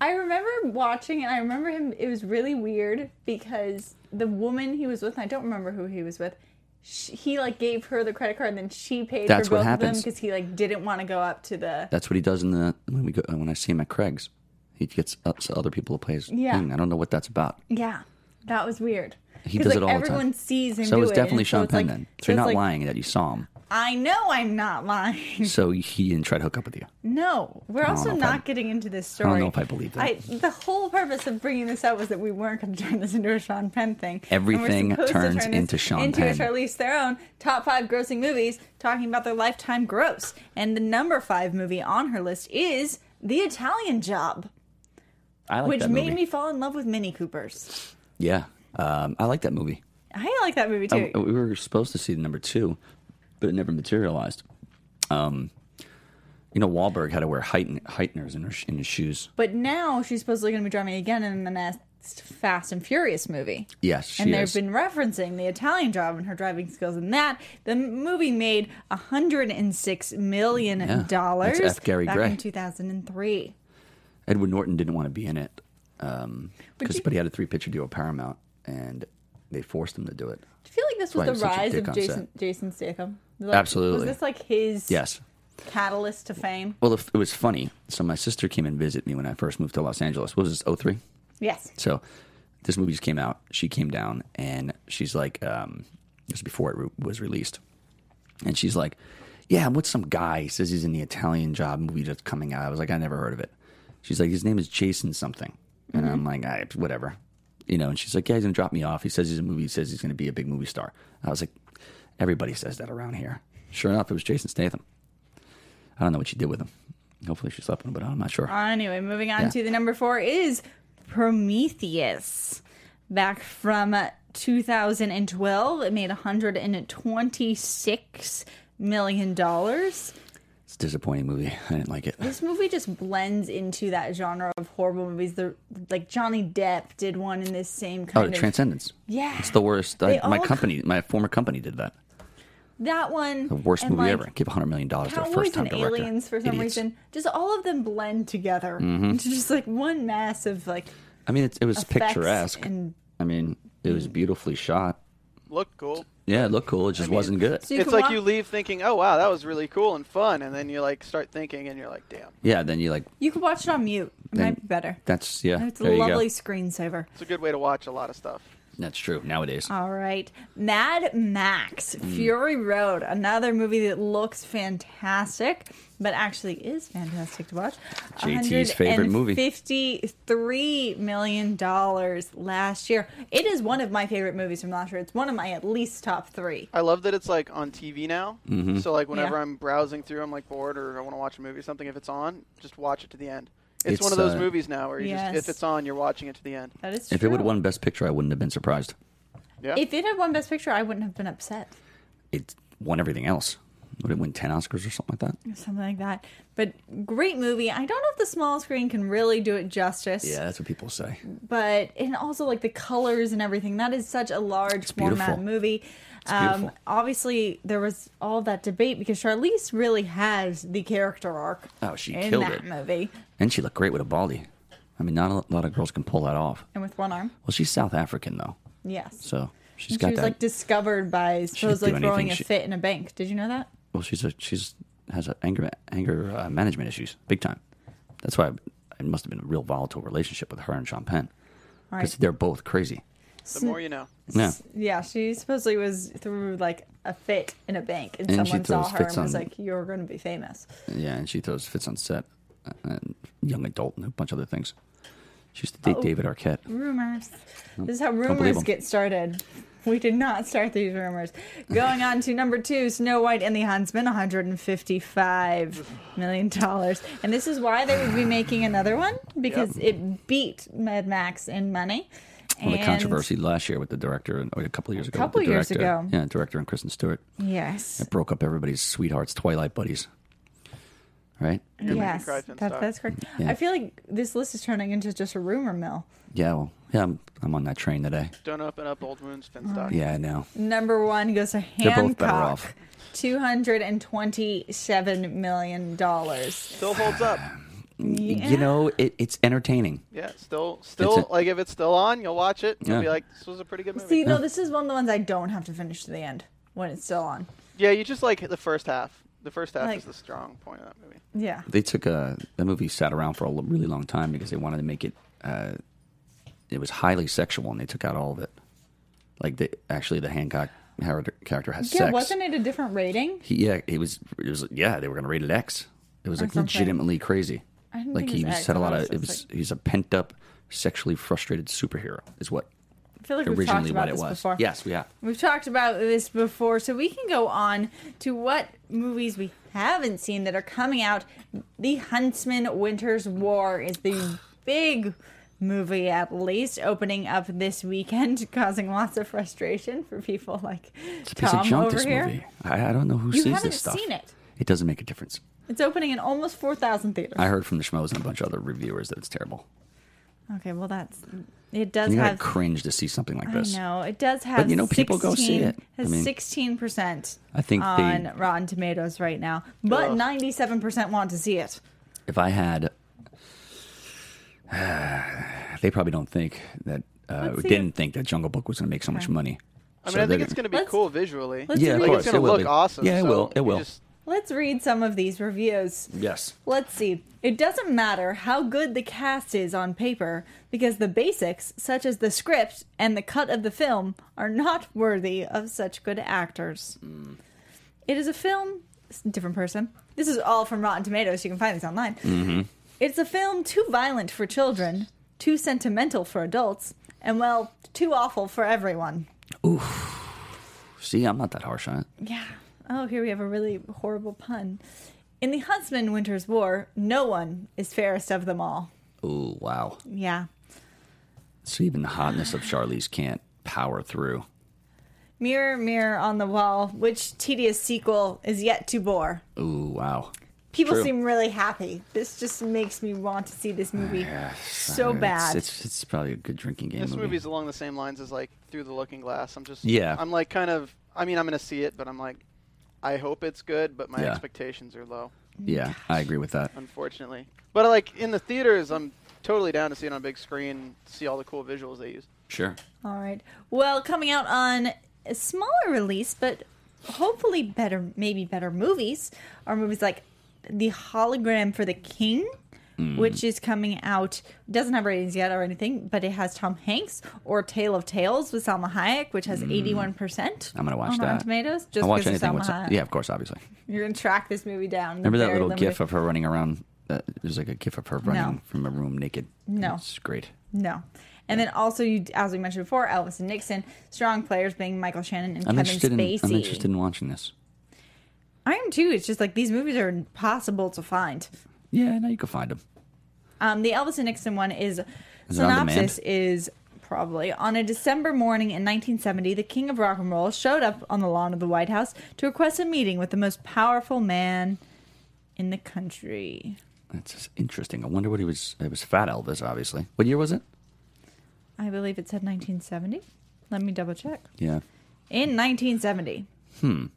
Speaker 1: I remember watching and I remember him it was really weird because the woman he was with, and I don't remember who he was with, sh he like gave her the credit card and then she paid
Speaker 3: That's
Speaker 1: for
Speaker 3: what
Speaker 1: both of them
Speaker 3: happens.
Speaker 1: because he like didn't want to go up to the
Speaker 3: That's what he does in the when we go when I see him at Craig's. He gets up to other people to play his
Speaker 1: Yeah.
Speaker 3: thing. I don't know what that's about.
Speaker 1: Yeah. That was weird.
Speaker 3: He
Speaker 1: 'Cause,
Speaker 3: does
Speaker 1: like,
Speaker 3: it all the time.
Speaker 1: Everyone sees him.
Speaker 3: So
Speaker 1: do
Speaker 3: it's
Speaker 1: it,
Speaker 3: definitely
Speaker 1: and so
Speaker 3: Sean
Speaker 1: it's, like-
Speaker 3: Penn then.
Speaker 1: so
Speaker 3: So you're
Speaker 1: it's,
Speaker 3: not
Speaker 1: like, Hmm.
Speaker 3: lying that you saw him.
Speaker 1: I know I'm not lying.
Speaker 3: So he didn't try to hook up with you.
Speaker 1: No, we're
Speaker 3: don't
Speaker 1: also
Speaker 3: know if
Speaker 1: not
Speaker 3: I-
Speaker 1: getting into this
Speaker 3: don't
Speaker 1: story.
Speaker 3: know if I believe that.
Speaker 1: I, the whole purpose of bringing this up was that we weren't going to turn this into a Sean Penn thing. And we're
Speaker 3: Everything
Speaker 1: supposed to
Speaker 3: turns
Speaker 1: turn this
Speaker 3: into Sean
Speaker 1: into
Speaker 3: Penn.
Speaker 1: a Charlize Theron top five grossing movies, talking about their lifetime gross. And the number five movie on her list is The Italian Job,
Speaker 3: I like
Speaker 1: which
Speaker 3: that
Speaker 1: made
Speaker 3: movie.
Speaker 1: me fall in love with Mini Coopers.
Speaker 3: Yeah, um, I like that movie.
Speaker 1: I like that movie
Speaker 3: I,
Speaker 1: too.
Speaker 3: we were supposed to see the number two, but it never materialized. Um, you know, Wahlberg had to wear heighten, heighteners in, her, sh- in his shoes.
Speaker 1: but now she's supposedly going to be driving again in the next Fast and Furious movie.
Speaker 3: Yes, she
Speaker 1: and
Speaker 3: is.
Speaker 1: they've been referencing the Italian job and her driving skills in that. The movie made 106 million
Speaker 3: Yeah, that's
Speaker 1: dollars
Speaker 3: F. Gary
Speaker 1: back
Speaker 3: Gray.
Speaker 1: in 2003.
Speaker 3: Edward Norton didn't want to be in it, um,
Speaker 1: But
Speaker 3: 'cause-
Speaker 1: you-
Speaker 3: but he had a three picture deal with Paramount, and they forced him to do it.
Speaker 1: I feel like this
Speaker 3: That's why
Speaker 1: was the
Speaker 3: he's such a
Speaker 1: rise
Speaker 3: dick
Speaker 1: of
Speaker 3: on
Speaker 1: Jason
Speaker 3: set.
Speaker 1: Jason Statham. Like, Was
Speaker 3: Absolutely.
Speaker 1: this like his
Speaker 3: Yes.
Speaker 1: catalyst to fame?
Speaker 3: Well, if- it was funny. So my sister came and visited me when I first moved to Los Angeles. What was this, 03?
Speaker 1: Yes.
Speaker 3: So this movie just came out. She came down and she's like, um, it was before it re- was released. And she's like, yeah, I'm with some guy. He says he's in the Italian job movie that's coming out. I was like, I never heard of it. She's like, his name is Jason something. And I'm
Speaker 1: Mm-hmm.
Speaker 3: like, I, whatever. You know, and she's like, yeah, he's going to drop me off. He says he's in a movie. He says he's going to be a big movie star. I was like, everybody says that around here. Sure enough, it was Jason Statham. I don't know what she did with him. Hopefully she slept with him, but I'm not sure.
Speaker 1: Anyway, moving on
Speaker 3: Yeah.
Speaker 1: to the number four is Prometheus. Back from uh, 2012, it made 126 million dollars.
Speaker 3: It's a disappointing movie. I didn't like it.
Speaker 1: This movie just blends into that genre of horrible movies. The like Johnny Depp did one in this same
Speaker 3: Oh,
Speaker 1: kind of
Speaker 3: Transcendence.
Speaker 1: Yeah.
Speaker 3: It's the worst.
Speaker 1: They
Speaker 3: I, my
Speaker 1: all-
Speaker 3: company, my former company, did that.
Speaker 1: that one.
Speaker 3: The worst
Speaker 1: and,
Speaker 3: movie
Speaker 1: like,
Speaker 3: ever. Give hundred million dollars to a
Speaker 1: Cowboys
Speaker 3: first-time
Speaker 1: and
Speaker 3: director.
Speaker 1: aliens for some
Speaker 3: Idiots. Mm-hmm.
Speaker 1: reason. Just all of them blend together into just like one massive like
Speaker 3: I mean, it, it was
Speaker 1: effects
Speaker 3: picturesque.
Speaker 1: and Mm.
Speaker 3: I mean, it was beautifully shot.
Speaker 4: Looked cool.
Speaker 3: Yeah, it looked cool. It just wasn't good.
Speaker 1: so you
Speaker 4: it's
Speaker 1: can
Speaker 4: like
Speaker 1: walk-
Speaker 4: you leave thinking, "Oh wow, that was really cool and fun," and then you like start thinking, and you're like, "Damn,
Speaker 3: Yeah. Then you like.
Speaker 1: You could watch it on mute. It
Speaker 3: Then-
Speaker 1: might be better.
Speaker 3: That's yeah.
Speaker 1: It's a
Speaker 3: there you go.
Speaker 1: lovely screensaver.
Speaker 4: it's a good way to watch a lot of stuff."
Speaker 3: That's true nowadays.
Speaker 1: All right. Mad Max Fury Road, another movie that looks fantastic, but actually is fantastic to watch.
Speaker 3: JT's favorite movie.
Speaker 1: $53 million last year. It is one of my favorite movies from last year. It's one of my at least top three.
Speaker 4: I love that it's like on TV now.
Speaker 3: Mm-hmm.
Speaker 4: So like whenever
Speaker 1: Yeah.
Speaker 4: I'm browsing through, I'm like bored or I want to watch a movie or something. If it's on, just watch it to the end. It's,
Speaker 3: It's,
Speaker 4: one of those
Speaker 3: uh,
Speaker 4: movies now where you
Speaker 1: Yes.
Speaker 4: just if it's on, you're watching it to the end.
Speaker 1: That is
Speaker 3: if
Speaker 1: true.
Speaker 3: it would have won Best Picture, I wouldn't have been surprised.
Speaker 4: Yeah.
Speaker 1: If it had won Best Picture, I wouldn't have been upset.
Speaker 3: It won everything else. Would it win ten Oscars or something like that?
Speaker 1: Something like that. But great movie. I don't know if the small screen can really do it justice.
Speaker 3: Yeah, that's what people say.
Speaker 1: but and also like the colors and everything that is such a large format
Speaker 3: beautiful.
Speaker 1: movie
Speaker 3: beautiful.
Speaker 1: um, obviously there was all that debate because charlize really has the character arc
Speaker 3: Oh, she
Speaker 1: in
Speaker 3: killed
Speaker 1: that
Speaker 3: it.
Speaker 1: movie
Speaker 3: And she looked great with a baldy. I mean, not a lot of girls can pull that off.
Speaker 1: and with one arm
Speaker 3: Well, she's South African though,
Speaker 1: yes
Speaker 3: so she's
Speaker 1: and she
Speaker 3: got
Speaker 1: was
Speaker 3: that.
Speaker 1: like discovered by supposedly
Speaker 3: do
Speaker 1: throwing
Speaker 3: anything.
Speaker 1: a
Speaker 3: She-
Speaker 1: fit in a bank did you know that
Speaker 3: Well, she's a she's has a anger anger uh, management issues, big time. That's why it must have been a real volatile relationship with her and Sean Penn
Speaker 1: All
Speaker 3: because
Speaker 1: right.
Speaker 3: they're both crazy.
Speaker 4: The more you know.
Speaker 3: Yeah,
Speaker 1: Yeah, she supposedly was through like a fit in a bank, and,
Speaker 3: And she
Speaker 1: someone saw
Speaker 3: throws
Speaker 1: her and
Speaker 3: fits
Speaker 1: was
Speaker 3: on-
Speaker 1: like, "You're going to be famous."
Speaker 3: yeah, and she throws fits on set, uh, and young adult, and a bunch of other things. She used to
Speaker 1: Oh,
Speaker 3: date David Arquette.
Speaker 1: rumors. This is how
Speaker 3: believe
Speaker 1: rumors
Speaker 3: 'em.
Speaker 1: get started. We did not start these rumors. Going on to number two, Snow White and the Huntsman, 155 million dollars, and this is why they would be making another one because it beat Mad Max in money.
Speaker 3: Well, the
Speaker 1: And-
Speaker 3: controversy last year with the director, and or a couple of years ago, with
Speaker 1: Couple
Speaker 3: the
Speaker 1: years
Speaker 3: director,
Speaker 1: ago.
Speaker 3: yeah, director and Kristen Stewart
Speaker 1: Yes,
Speaker 3: broke up everybody's sweethearts, Twilight buddies, right?
Speaker 1: yes,
Speaker 4: cry from
Speaker 1: that,
Speaker 4: stock.
Speaker 1: that's correct.
Speaker 3: Yeah.
Speaker 1: I feel like this list is turning into just a rumor mill.
Speaker 3: Yeah, well, yeah, I'm, I'm on that train today.
Speaker 4: Don't open up old wounds, Finstock.
Speaker 3: Yeah, I know.
Speaker 1: Number one goes to
Speaker 3: They're both
Speaker 1: Hancock,
Speaker 3: better off.
Speaker 1: two hundred and twenty-seven million dollars.
Speaker 4: Still holds up.
Speaker 3: You know, it, it's entertaining.
Speaker 4: Yeah, still, still,
Speaker 3: It's a-
Speaker 4: like if it's still on, you'll watch it. and You'll
Speaker 3: Yeah.
Speaker 4: be like, this was a pretty good movie.
Speaker 1: See, no, this is one of the ones I don't have to finish to the end when it's still on.
Speaker 4: yeah, you just like the first half. The first half
Speaker 1: Like-
Speaker 4: is the strong point of that movie.
Speaker 1: Yeah.
Speaker 3: They took a the movie sat around for a l- really long time because they wanted to make it. Uh, it was highly sexual, and they took out all of it. Like the actually, the Hancock har- character has
Speaker 1: Yeah,
Speaker 3: sex.
Speaker 1: wasn't it a different rating?
Speaker 3: He, yeah, it was. It was. Yeah, they were gonna rate it X. It was like
Speaker 1: something.
Speaker 3: legitimately crazy.
Speaker 1: I didn't
Speaker 3: like
Speaker 1: think it
Speaker 3: he
Speaker 1: was
Speaker 3: was
Speaker 1: X,
Speaker 3: had a
Speaker 1: I
Speaker 3: lot
Speaker 1: thought it
Speaker 3: of.
Speaker 1: was
Speaker 3: It
Speaker 1: just
Speaker 3: was. He's a pent up, sexually frustrated superhero. Is what
Speaker 1: I feel like we've talked
Speaker 3: originally
Speaker 1: about
Speaker 3: what it
Speaker 1: this
Speaker 3: was.
Speaker 1: before.
Speaker 3: Yes, we have.
Speaker 1: We've talked about this before, so we can go on to what movies we haven't seen that are coming out. The Huntsman Winter's War is the big movie, at least, opening up this weekend, causing lots of frustration for people like
Speaker 3: It's a piece
Speaker 1: Tom
Speaker 3: of junk.
Speaker 1: over
Speaker 3: This
Speaker 1: here.
Speaker 3: movie. I, I don't know who
Speaker 1: You
Speaker 3: sees
Speaker 1: haven't
Speaker 3: this stuff.
Speaker 1: seen it.
Speaker 3: It doesn't make a difference.
Speaker 1: It's opening in almost 4,000 theaters.
Speaker 3: I heard from the schmoes and a bunch of other reviewers that it's terrible.
Speaker 1: Okay, well, that's. It does
Speaker 3: You gotta
Speaker 1: have.
Speaker 3: cringe to see something like this.
Speaker 1: I know it does have.
Speaker 3: you know, people go see
Speaker 1: 16
Speaker 3: it. I
Speaker 1: Has
Speaker 3: mean,
Speaker 1: sixteen percent.
Speaker 3: I think they-
Speaker 1: on Rotten Tomatoes right now, but ninety-seven percent want to see it.
Speaker 3: If I had, they probably don't think that uh,
Speaker 1: Let's see
Speaker 3: didn't think that Jungle Book was gonna make so much money.
Speaker 4: I
Speaker 3: So
Speaker 4: mean, I think
Speaker 3: they're-
Speaker 4: it's going to be
Speaker 1: Let's-
Speaker 4: cool visually.
Speaker 1: let's
Speaker 3: Yeah, of
Speaker 1: read-
Speaker 4: like,
Speaker 3: course,
Speaker 4: it's going to
Speaker 3: it will
Speaker 4: look
Speaker 3: be.
Speaker 4: awesome.
Speaker 3: Yeah, it
Speaker 4: so
Speaker 3: will. It
Speaker 4: you
Speaker 3: will.
Speaker 4: just-
Speaker 1: Let's read some of these reviews.
Speaker 3: Yes.
Speaker 1: Let's see. It doesn't matter how good the cast is on paper because the basics, such as the script and the cut of the film, are not worthy of such good actors. It is a film. it's a different person. This is all from Rotten Tomatoes. You can find this online. It's a film too violent for children, too sentimental for adults, and well, too awful for everyone.
Speaker 3: See, I'm not that harsh on it.
Speaker 1: Yeah. Oh, here we have a really horrible pun. In the Huntsman Winter's War, no one is fairest of them all.
Speaker 3: Oh wow.
Speaker 1: Yeah.
Speaker 3: So even the hotness of Charlie's can't power through.
Speaker 1: Mirror, mirror on the wall, which tedious sequel is yet to bore?
Speaker 3: Ooh wow.
Speaker 1: People
Speaker 3: True.
Speaker 1: seem really happy. This just makes me want to see this movie so
Speaker 3: It's-
Speaker 1: bad.
Speaker 3: It's, it's probably a good drinking game.
Speaker 4: This
Speaker 3: movie.
Speaker 4: movie's along the same lines as like Through the Looking Glass. I'm just
Speaker 3: Yeah.
Speaker 4: I'm like kind of. I mean, I'm going to see it, but I'm like, I hope it's good, but my
Speaker 3: Yeah.
Speaker 4: expectations are low,
Speaker 3: yeah, I agree with that.
Speaker 4: unfortunately. But like in the theaters, I'm totally down to see it on a big screen, see all the cool visuals they use.
Speaker 3: Sure.
Speaker 1: All right. Well, coming out on a smaller release, but hopefully better, maybe better movies are movies like The Hologram for the King,
Speaker 3: Hmm.
Speaker 1: which is coming out. Doesn't have ratings yet or anything, but it has Tom Hanks or Tale of Tales with Salma Hayek, which has eighty-one percent.
Speaker 3: Hmm. I'm gonna watch
Speaker 1: on
Speaker 3: that.
Speaker 1: Rotten Tomatoes. Just
Speaker 3: I'll watch
Speaker 1: because
Speaker 3: anything.
Speaker 1: of
Speaker 3: What's
Speaker 1: Salma Hayek.
Speaker 3: yeah, of course, obviously.
Speaker 1: You're gonna track this movie down.
Speaker 3: Remember that
Speaker 1: Very
Speaker 3: little
Speaker 1: limited-
Speaker 3: gif of her running around? Uh, there's like a gif of her running
Speaker 1: No.
Speaker 3: from a room naked.
Speaker 1: No.
Speaker 3: It's great.
Speaker 1: No. And then also, you, as we mentioned before, Elvis and Nixon, strong players being Michael Shannon and
Speaker 3: I'm
Speaker 1: Kevin
Speaker 3: interested in
Speaker 1: Spacey.
Speaker 3: I'm interested in watching this.
Speaker 1: I am too. It's just like these movies are impossible to find.
Speaker 3: Yeah, no, you can find them.
Speaker 1: Um, the Elvis and Nixon one is,
Speaker 3: it on
Speaker 1: synopsis
Speaker 3: demand?
Speaker 1: is probably on a December morning in 1970, the king of rock and roll showed up on the lawn of the White House to request a meeting with the most powerful man in the country.
Speaker 3: That's just interesting. I wonder what he was. It was Fat Elvis, obviously. What year was it?
Speaker 1: I believe it said 1970. Let me double check.
Speaker 3: Yeah,
Speaker 1: In 1970.
Speaker 3: and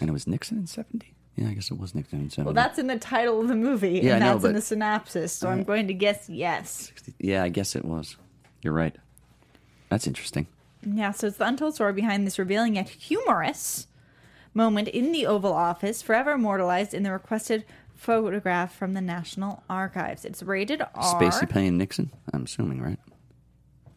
Speaker 3: it was Nixon in '70. Yeah, I guess it was Nixon in '70.
Speaker 1: Well, that's in the title of the movie,
Speaker 3: Yeah, I
Speaker 1: and
Speaker 3: know,
Speaker 1: that's in
Speaker 3: but-
Speaker 1: the synopsis, so I'm going to guess yes.
Speaker 3: yeah, I guess it was. You're right. That's interesting.
Speaker 1: Yeah, so it's the untold story behind this revealing yet humorous moment in the Oval Office, forever immortalized in the requested photograph from the National Archives. It's rated R.
Speaker 3: Spacey paying Nixon. I'm assuming, right?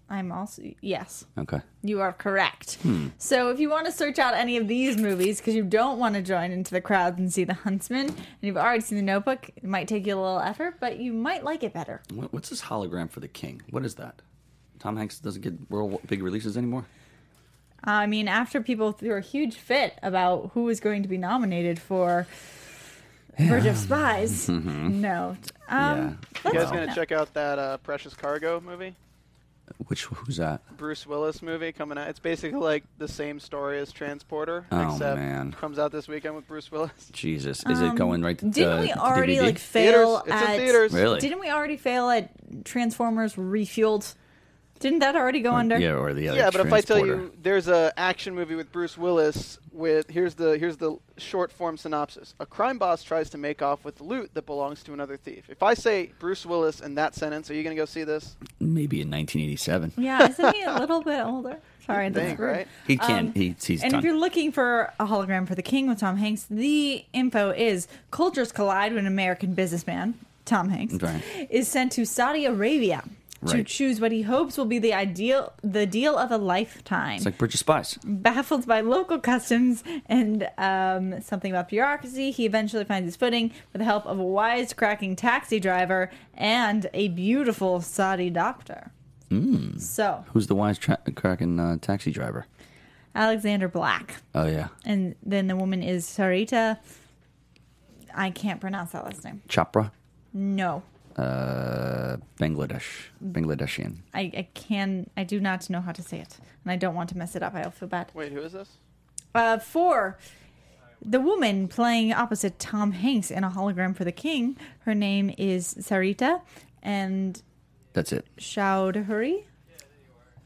Speaker 1: I'm also yes.
Speaker 3: Okay.
Speaker 1: You are correct. So if you want to search out any of these movies because you don't want to join into the crowd and see The Huntsman, and you've already seen The Notebook, it might take you a little effort, but you might like it better.
Speaker 3: What, what's this hologram for the king? What is that? Tom Hanks doesn't get world big releases anymore.
Speaker 1: I mean, after people threw a huge fit about who was going to be nominated for Bridge of Spies, no. Um,
Speaker 3: Mm-hmm. yeah.
Speaker 4: You guys
Speaker 1: Wow.
Speaker 4: gonna check out that uh, Precious Cargo movie?
Speaker 3: Which who's that?
Speaker 4: Bruce Willis movie coming out. It's basically like the same story as Transporter,
Speaker 3: Oh,
Speaker 4: except
Speaker 3: man.
Speaker 4: comes out this weekend with Bruce Willis.
Speaker 3: Jesus, is it going right? To,
Speaker 1: Um, Didn't
Speaker 3: uh,
Speaker 1: we
Speaker 3: to
Speaker 1: already
Speaker 3: DVD?
Speaker 1: like fail
Speaker 4: Theaters. It's in
Speaker 1: at
Speaker 4: theaters.
Speaker 3: Really?
Speaker 1: Didn't we already fail at Transformers Refueled? Didn't that already go under?
Speaker 3: Uh, Yeah, or the other.
Speaker 4: Yeah, but if I tell
Speaker 3: transporter.
Speaker 4: you there's a action movie with Bruce Willis with here's the here's the short form synopsis. A crime boss tries to make off with loot that belongs to another thief. If I say Bruce Willis in that sentence, are you going to go see this?
Speaker 3: maybe in 1987,
Speaker 1: Yeah, isn't he a little bit older? Sorry, that's
Speaker 4: Think,
Speaker 1: rude.
Speaker 4: right?
Speaker 3: he can. he, he's
Speaker 1: Um, And
Speaker 3: done.
Speaker 1: if you're looking for a hologram for the king with Tom Hanks, the info is cultures collide when an American businessman, Tom Hanks,
Speaker 3: Right.
Speaker 1: is sent to Saudi Arabia to
Speaker 3: Right.
Speaker 1: choose what he hopes will be the ideal the deal of a lifetime.
Speaker 3: It's like Bridge of Spies.
Speaker 1: Mm. Baffled by local customs and um, something about bureaucracy, he eventually finds his footing with the help of a wisecracking taxi driver and a beautiful Saudi doctor.
Speaker 3: Hmm.
Speaker 1: So,
Speaker 3: Who's the wise tra- cracking uh, taxi driver?
Speaker 1: Alexander Black.
Speaker 3: Oh yeah,
Speaker 1: And then the woman is Sarita. I can't pronounce that last name.
Speaker 3: Chopra,
Speaker 1: No,
Speaker 3: uh, Bangladesh,
Speaker 1: Mm.
Speaker 3: Bangladeshian.
Speaker 1: I, I can. I do not know how to say it, and I don't want to mess it up. I'll feel bad.
Speaker 4: Wait, who is this?
Speaker 1: Uh, for the woman playing opposite Tom Hanks in a hologram for the king, her name is Sarita, and
Speaker 3: That's it.
Speaker 1: Chowdhury,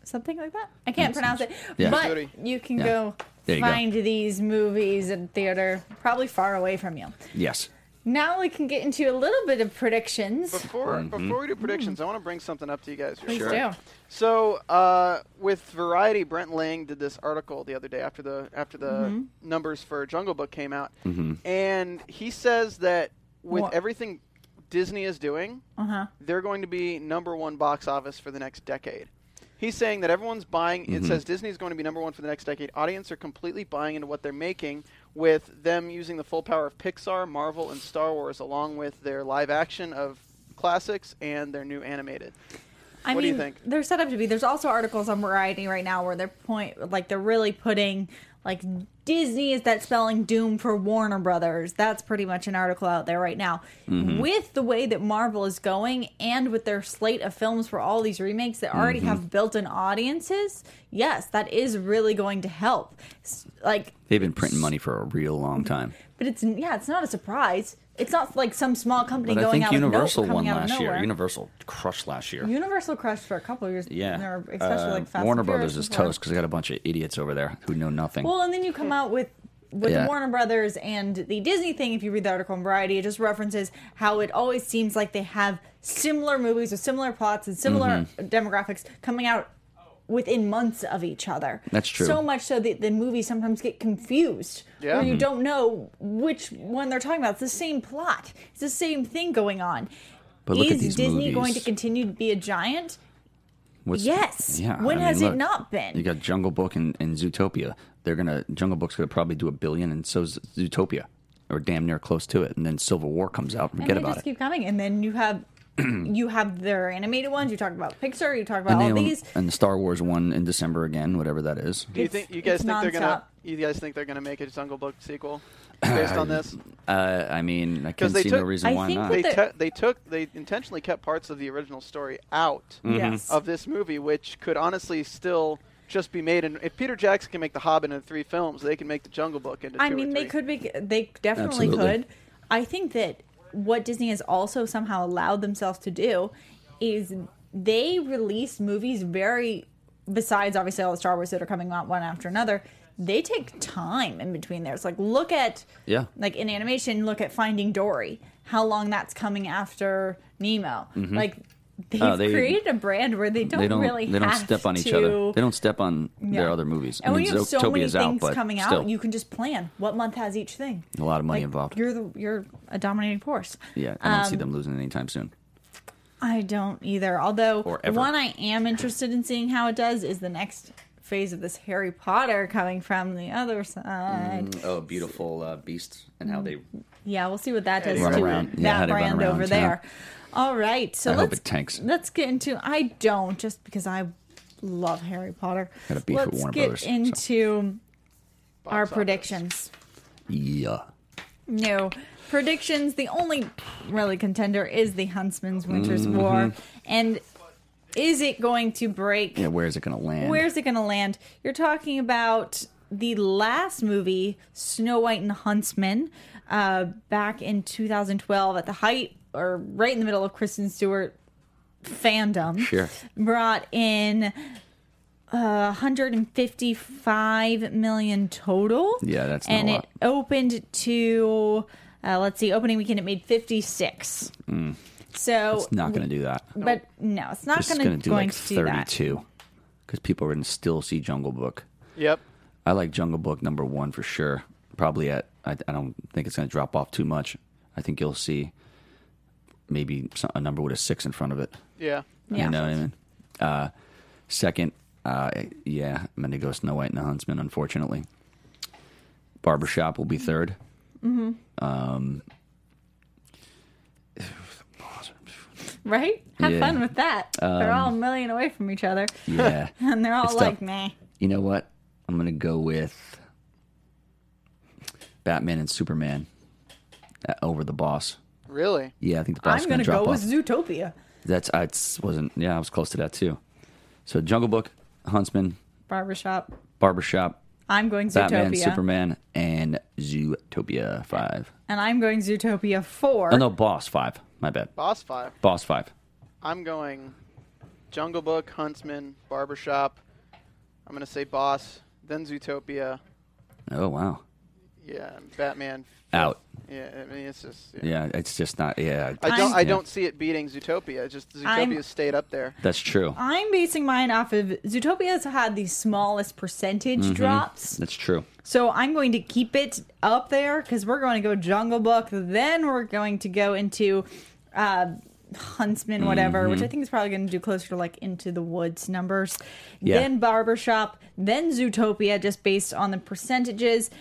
Speaker 1: something like that. I can't pronounce it,
Speaker 3: Yeah.
Speaker 1: but
Speaker 4: Chowdhury.
Speaker 1: you can
Speaker 3: Yeah.
Speaker 1: go
Speaker 3: There you go.
Speaker 1: find these movies in theater, probably far away from you.
Speaker 3: Yes.
Speaker 1: Now we can get into a little bit of predictions.
Speaker 4: Before before we do predictions, I want to bring something up to you guys. Here.
Speaker 1: Mm-hmm. Mm. Please do.
Speaker 4: So uh, with Variety, Brent Lang did this article the other day after the after the numbers for Jungle Book came out, and he says that with
Speaker 1: What?
Speaker 4: everything Disney is doing, they're going to be number one box office for the next decade. He's saying that everyone's buying. It says Disney's going to be number one for the next decade. Audience are completely buying into what they're making, with them using the full power of Pixar, Marvel, and Star Wars, along with their live action of classics and their new animated.
Speaker 1: I
Speaker 4: What do
Speaker 1: mean,
Speaker 4: you think?
Speaker 1: they're set up to be. There's also articles on Variety right now where they're point like they're really putting like Disney is that spelling doom for Warner Brothers. That's pretty much an article out there right now.
Speaker 3: Mm-hmm.
Speaker 1: With the way that Marvel is going and with their slate of films for all these remakes that already
Speaker 3: Mm-hmm.
Speaker 1: have built-in audiences, yes, that is really going to help. S- Like
Speaker 3: They've been printing money for a real long time.
Speaker 1: but it's yeah, it's not a surprise. It's not like some small company
Speaker 3: But I
Speaker 1: going
Speaker 3: think
Speaker 1: out
Speaker 3: Universal
Speaker 1: with no,
Speaker 3: won
Speaker 1: coming out of
Speaker 3: last year.
Speaker 1: nowhere.
Speaker 3: Universal crushed last year.
Speaker 1: Universal crushed for a couple of years. and
Speaker 3: yeah.
Speaker 1: they're- especially
Speaker 3: Uh,
Speaker 1: like Fast
Speaker 3: Warner
Speaker 1: and
Speaker 3: Brothers
Speaker 1: Furious
Speaker 3: is
Speaker 1: before.
Speaker 3: toast because they got a bunch of idiots over there who know nothing.
Speaker 1: Well, and then you come out with with
Speaker 3: Yeah.
Speaker 1: the Warner Brothers and the Disney thing. If you read the article in Variety, it just references how it always seems like they have similar movies with similar plots and similar
Speaker 3: Mm-hmm.
Speaker 1: demographics coming out within months of each other.
Speaker 3: That's true.
Speaker 1: So much so that the movies sometimes get confused.
Speaker 4: Yeah.
Speaker 1: Where you
Speaker 4: Mhm.
Speaker 3: Mm-hmm.
Speaker 1: don't know which one they're talking about. It's the same plot. It's the same thing going on.
Speaker 3: but look
Speaker 1: Is
Speaker 3: at these
Speaker 1: Disney
Speaker 3: movies.
Speaker 1: going to continue to be a giant?
Speaker 3: What's-
Speaker 1: Yes.
Speaker 3: Yeah.
Speaker 1: When
Speaker 3: I mean,
Speaker 1: has it
Speaker 3: look,
Speaker 1: not been?
Speaker 3: You got Jungle Book and, and Zootopia. They're gonna Jungle Book's gonna probably do a billion, and so's Zootopia, or damn near close to it. And then Civil War comes out. Forget
Speaker 1: and they
Speaker 3: about
Speaker 1: just
Speaker 3: it.
Speaker 1: keep coming and then you have you have their animated ones you talk about pixar you talk about
Speaker 3: And, they
Speaker 1: all
Speaker 3: own-
Speaker 1: these
Speaker 3: and the Star Wars one in December again, whatever that is.
Speaker 4: Do you
Speaker 1: It's-
Speaker 4: think you guys
Speaker 1: it's
Speaker 4: think they're gonna?
Speaker 1: nonstop.
Speaker 4: You guys think they're gonna make a Jungle Book sequel based on this?
Speaker 3: Uh, I mean, I can
Speaker 4: they
Speaker 3: see no
Speaker 4: took-
Speaker 3: reason
Speaker 1: I
Speaker 3: why
Speaker 1: think
Speaker 3: not.
Speaker 1: that
Speaker 4: They te- they took they intentionally kept parts of the original story out
Speaker 1: yes
Speaker 4: of this movie, which could honestly still just be made. And if Peter Jackson can make The Hobbit into three films, they can make The Jungle Book into.
Speaker 1: i
Speaker 4: two or
Speaker 1: mean they
Speaker 4: three.
Speaker 1: could be they definitely
Speaker 3: Absolutely.
Speaker 1: could i think that what disney has also somehow allowed themselves to do is they release movies very besides obviously all the star wars that are coming out one after another they take time in between theirs like look at
Speaker 3: Yeah.
Speaker 1: like in animation look at finding dory how long that's coming after nemo like They've
Speaker 3: Oh, Mm-hmm. they-
Speaker 1: created a brand where they don't,
Speaker 3: they don't
Speaker 1: really
Speaker 3: they don't
Speaker 1: have
Speaker 3: step on each
Speaker 1: to-
Speaker 3: other. They don't step on their
Speaker 1: Yeah.
Speaker 3: other movies.
Speaker 1: And
Speaker 3: I
Speaker 1: when
Speaker 3: mean,
Speaker 1: you have so
Speaker 3: Zootopia
Speaker 1: many
Speaker 3: is out,
Speaker 1: things
Speaker 3: but
Speaker 1: coming
Speaker 3: still,
Speaker 1: out, you can just plan what month has each thing.
Speaker 3: a lot of money
Speaker 1: Like,
Speaker 3: involved.
Speaker 1: You're the you're a dominating force.
Speaker 3: Yeah, I don't see
Speaker 1: Um,
Speaker 3: them losing anytime soon.
Speaker 1: I don't either. Although
Speaker 3: Or ever.
Speaker 1: one I am interested in seeing how it does is the next phase of this Harry Potter coming from the other side.
Speaker 3: Oh, beautiful uh, beasts and how they.
Speaker 1: Yeah, we'll see what that does
Speaker 3: Run
Speaker 1: to
Speaker 3: around.
Speaker 1: that
Speaker 3: Yeah, how they run
Speaker 1: brand
Speaker 3: around
Speaker 1: over
Speaker 3: town.
Speaker 1: there. All right, so
Speaker 3: I hope
Speaker 1: let's
Speaker 3: it tanks.
Speaker 1: let's get into. I don't just because I love Harry Potter.
Speaker 3: Got a beef with
Speaker 1: let's
Speaker 3: Warner
Speaker 1: get
Speaker 3: Brothers, so.
Speaker 1: into our
Speaker 4: office.
Speaker 1: predictions.
Speaker 3: Yeah.
Speaker 1: No predictions. The only really contender is the Huntsman's Winter's War, and is it going to break?
Speaker 3: Yeah, where is it going to land?
Speaker 1: Where's it going to land? You're talking about the last movie, Snow White and the Huntsman, uh, back in 2012 at the height or right in the middle of Kristen Stewart fandom.
Speaker 3: Sure.
Speaker 1: Brought in uh, 155 million total.
Speaker 3: Yeah, that's not
Speaker 1: and
Speaker 3: a
Speaker 1: it
Speaker 3: lot.
Speaker 1: opened to uh, let's see, opening weekend it made 56. So
Speaker 3: Mm. It's not going to do that.
Speaker 1: But no, it's not
Speaker 3: It's
Speaker 1: gonna,
Speaker 3: going to do
Speaker 1: going
Speaker 3: like
Speaker 1: to do that.
Speaker 3: 32 because people are going to still see Jungle Book.
Speaker 4: Yep.
Speaker 3: I like Jungle Book number one for sure. Probably at, I, I don't think it's going to drop off too much. I think you'll see maybe so- a number with a six in front of it.
Speaker 4: Yeah.
Speaker 1: Yeah.
Speaker 3: You know what I mean? Uh, second, uh, yeah, I'm going to go Snow White and the Huntsman, unfortunately. Barbershop will be 3rd
Speaker 1: Right? Have
Speaker 3: Yeah.
Speaker 1: fun with that. they're all a million away from each other.
Speaker 3: Yeah.
Speaker 1: And they're all
Speaker 3: It's tough.
Speaker 1: like, meh.
Speaker 3: you know what? I'm going to go with Batman and Superman uh, over the boss.
Speaker 4: Really?
Speaker 3: Yeah, I think the boss
Speaker 1: I'm
Speaker 3: is
Speaker 1: going
Speaker 3: going
Speaker 1: to
Speaker 3: to drop
Speaker 1: go
Speaker 3: off.
Speaker 1: with Zootopia.
Speaker 3: That's I it's- wasn't. Yeah, I was close to that too. So Jungle Book, Huntsman,
Speaker 1: Barbershop.
Speaker 3: Barbershop,
Speaker 1: I'm going Zootopia.
Speaker 3: Batman, Superman, and Zootopia five.
Speaker 1: And I'm going Zootopia 4.
Speaker 3: Oh no, Boss five. My bad.
Speaker 4: Boss five.
Speaker 3: Boss five.
Speaker 4: I'm going Jungle Book, Huntsman, Barbershop. I'm gonna say Boss, then Zootopia.
Speaker 3: Oh wow.
Speaker 4: Yeah, and Batman.
Speaker 3: Out.
Speaker 4: Yeah, I mean it's just. Yeah.
Speaker 3: Yeah, it's just not. Yeah,
Speaker 4: I don't. I
Speaker 3: yeah.
Speaker 4: don't see it beating Zootopia. It's just
Speaker 1: I'm-
Speaker 4: Zootopia stayed up there.
Speaker 3: That's true.
Speaker 1: I'm basing mine off of Zootopia's had the smallest percentage drops.
Speaker 3: Mm-hmm. That's true.
Speaker 1: So I'm going to keep it up there because we're going to go Jungle Book. Then we're going to go into uh, Huntsman, whatever, which I
Speaker 3: Mm-hmm.
Speaker 1: think is probably going to do closer to like Into the Woods numbers.
Speaker 3: Yeah.
Speaker 1: Then Barbershop. Then Zootopia, just based on the percentages.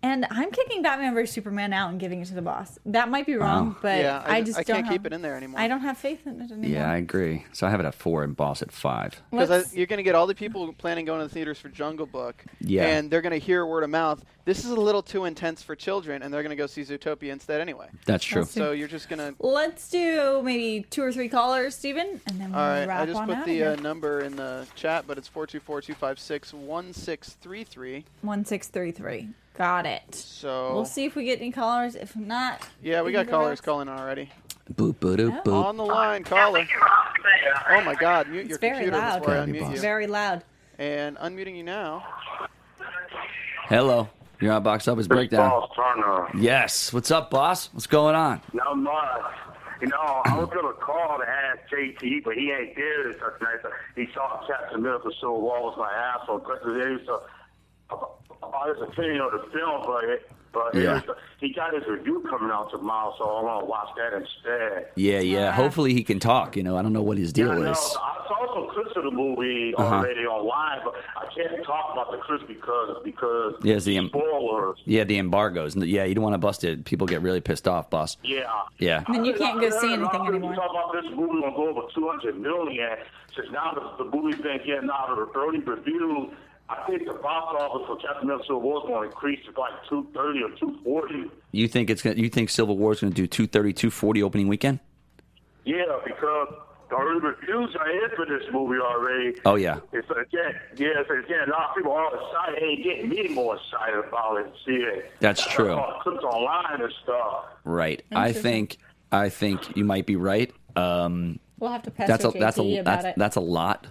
Speaker 1: And I'm kicking Batman vs Superman out and giving it to the boss. That might be wrong,
Speaker 3: Wow.
Speaker 1: but
Speaker 4: Yeah, I
Speaker 1: I,
Speaker 4: ju-
Speaker 1: just
Speaker 4: I
Speaker 1: don't
Speaker 4: can't
Speaker 1: have-
Speaker 4: keep it in there anymore.
Speaker 1: I don't have faith in it anymore.
Speaker 3: Yeah, I agree. So I have it at four and Boss at five.
Speaker 1: Let's-
Speaker 4: Because you're going to get all the people planning going to the theaters for Jungle Book,
Speaker 3: Yeah.
Speaker 4: and they're going to hear word of mouth. This is a little too intense for children, and they're going to go see Zootopia instead anyway.
Speaker 3: That's true.
Speaker 1: That's
Speaker 4: So you're just going to.
Speaker 1: Let's do maybe two or three callers, Steven, and then we'll
Speaker 4: All right,
Speaker 1: wrap
Speaker 4: I just
Speaker 1: on
Speaker 4: put
Speaker 1: out
Speaker 4: the
Speaker 1: here.
Speaker 4: uh, number in the chat, but it's four two four two five six one six three three.
Speaker 1: 1633. Got it.
Speaker 4: So
Speaker 1: We'll see if we get any callers. If not,
Speaker 4: Oh. yeah, we got callers calling already.
Speaker 3: Boop boop doop, boop.
Speaker 4: On the line, caller. Oh my God! Mute your
Speaker 1: very
Speaker 4: computer
Speaker 1: loud.
Speaker 4: before I
Speaker 3: Gotta be
Speaker 4: unmute
Speaker 3: boss.
Speaker 4: you.
Speaker 1: Very loud.
Speaker 4: And unmuting you now.
Speaker 3: Hello, you're on Box Office Breakdown.
Speaker 7: Paul Turner.
Speaker 3: Yes. What's up, boss? What's going on?
Speaker 7: Not much. You know, I was gonna call to ask JT, but he ain't there this night. So he saw Captain America: Civil War was my asshole. Because it was a, about his opinion of the film, but it, but it
Speaker 3: Yeah.
Speaker 7: was- he got his review coming out tomorrow, so I want to watch that instead.
Speaker 3: Yeah, yeah. Hopefully he can talk. You know, I don't know what his
Speaker 7: I
Speaker 3: deal
Speaker 7: know. I
Speaker 3: is.
Speaker 7: saw some clips of the movie
Speaker 3: Uh-huh.
Speaker 7: already online, but I can't talk about the clips because because
Speaker 3: Yeah, it's the-
Speaker 7: spoilers.
Speaker 3: Yeah, the embargoes. Yeah, you don't want to bust it. People get really pissed off, boss.
Speaker 7: Yeah.
Speaker 3: Yeah.
Speaker 1: Then you can't go see anything
Speaker 7: You
Speaker 1: anymore.
Speaker 7: talk about this movie gonna go over 200 million. Since now the, the movie's been getting out of the early reviews, I think the box office for Captain America: Civil War is gonna increase to like 230 or 240.
Speaker 3: You think it's gonna, you think Civil War is going to do 230, 240 opening weekend?
Speaker 7: Yeah, because the early reviews are in for this movie already.
Speaker 3: Oh yeah.
Speaker 7: It's again, yeah, it's again. A lot of people are excited. Ain't getting me more excited about it. See it.
Speaker 3: That's true.
Speaker 7: Uh, Clips online and stuff.
Speaker 3: Right. I think I think you might be right. Um,
Speaker 1: We'll have to pester
Speaker 3: that's a
Speaker 1: JT
Speaker 3: that's a
Speaker 1: about
Speaker 3: that's,
Speaker 1: it.
Speaker 3: that's a lot.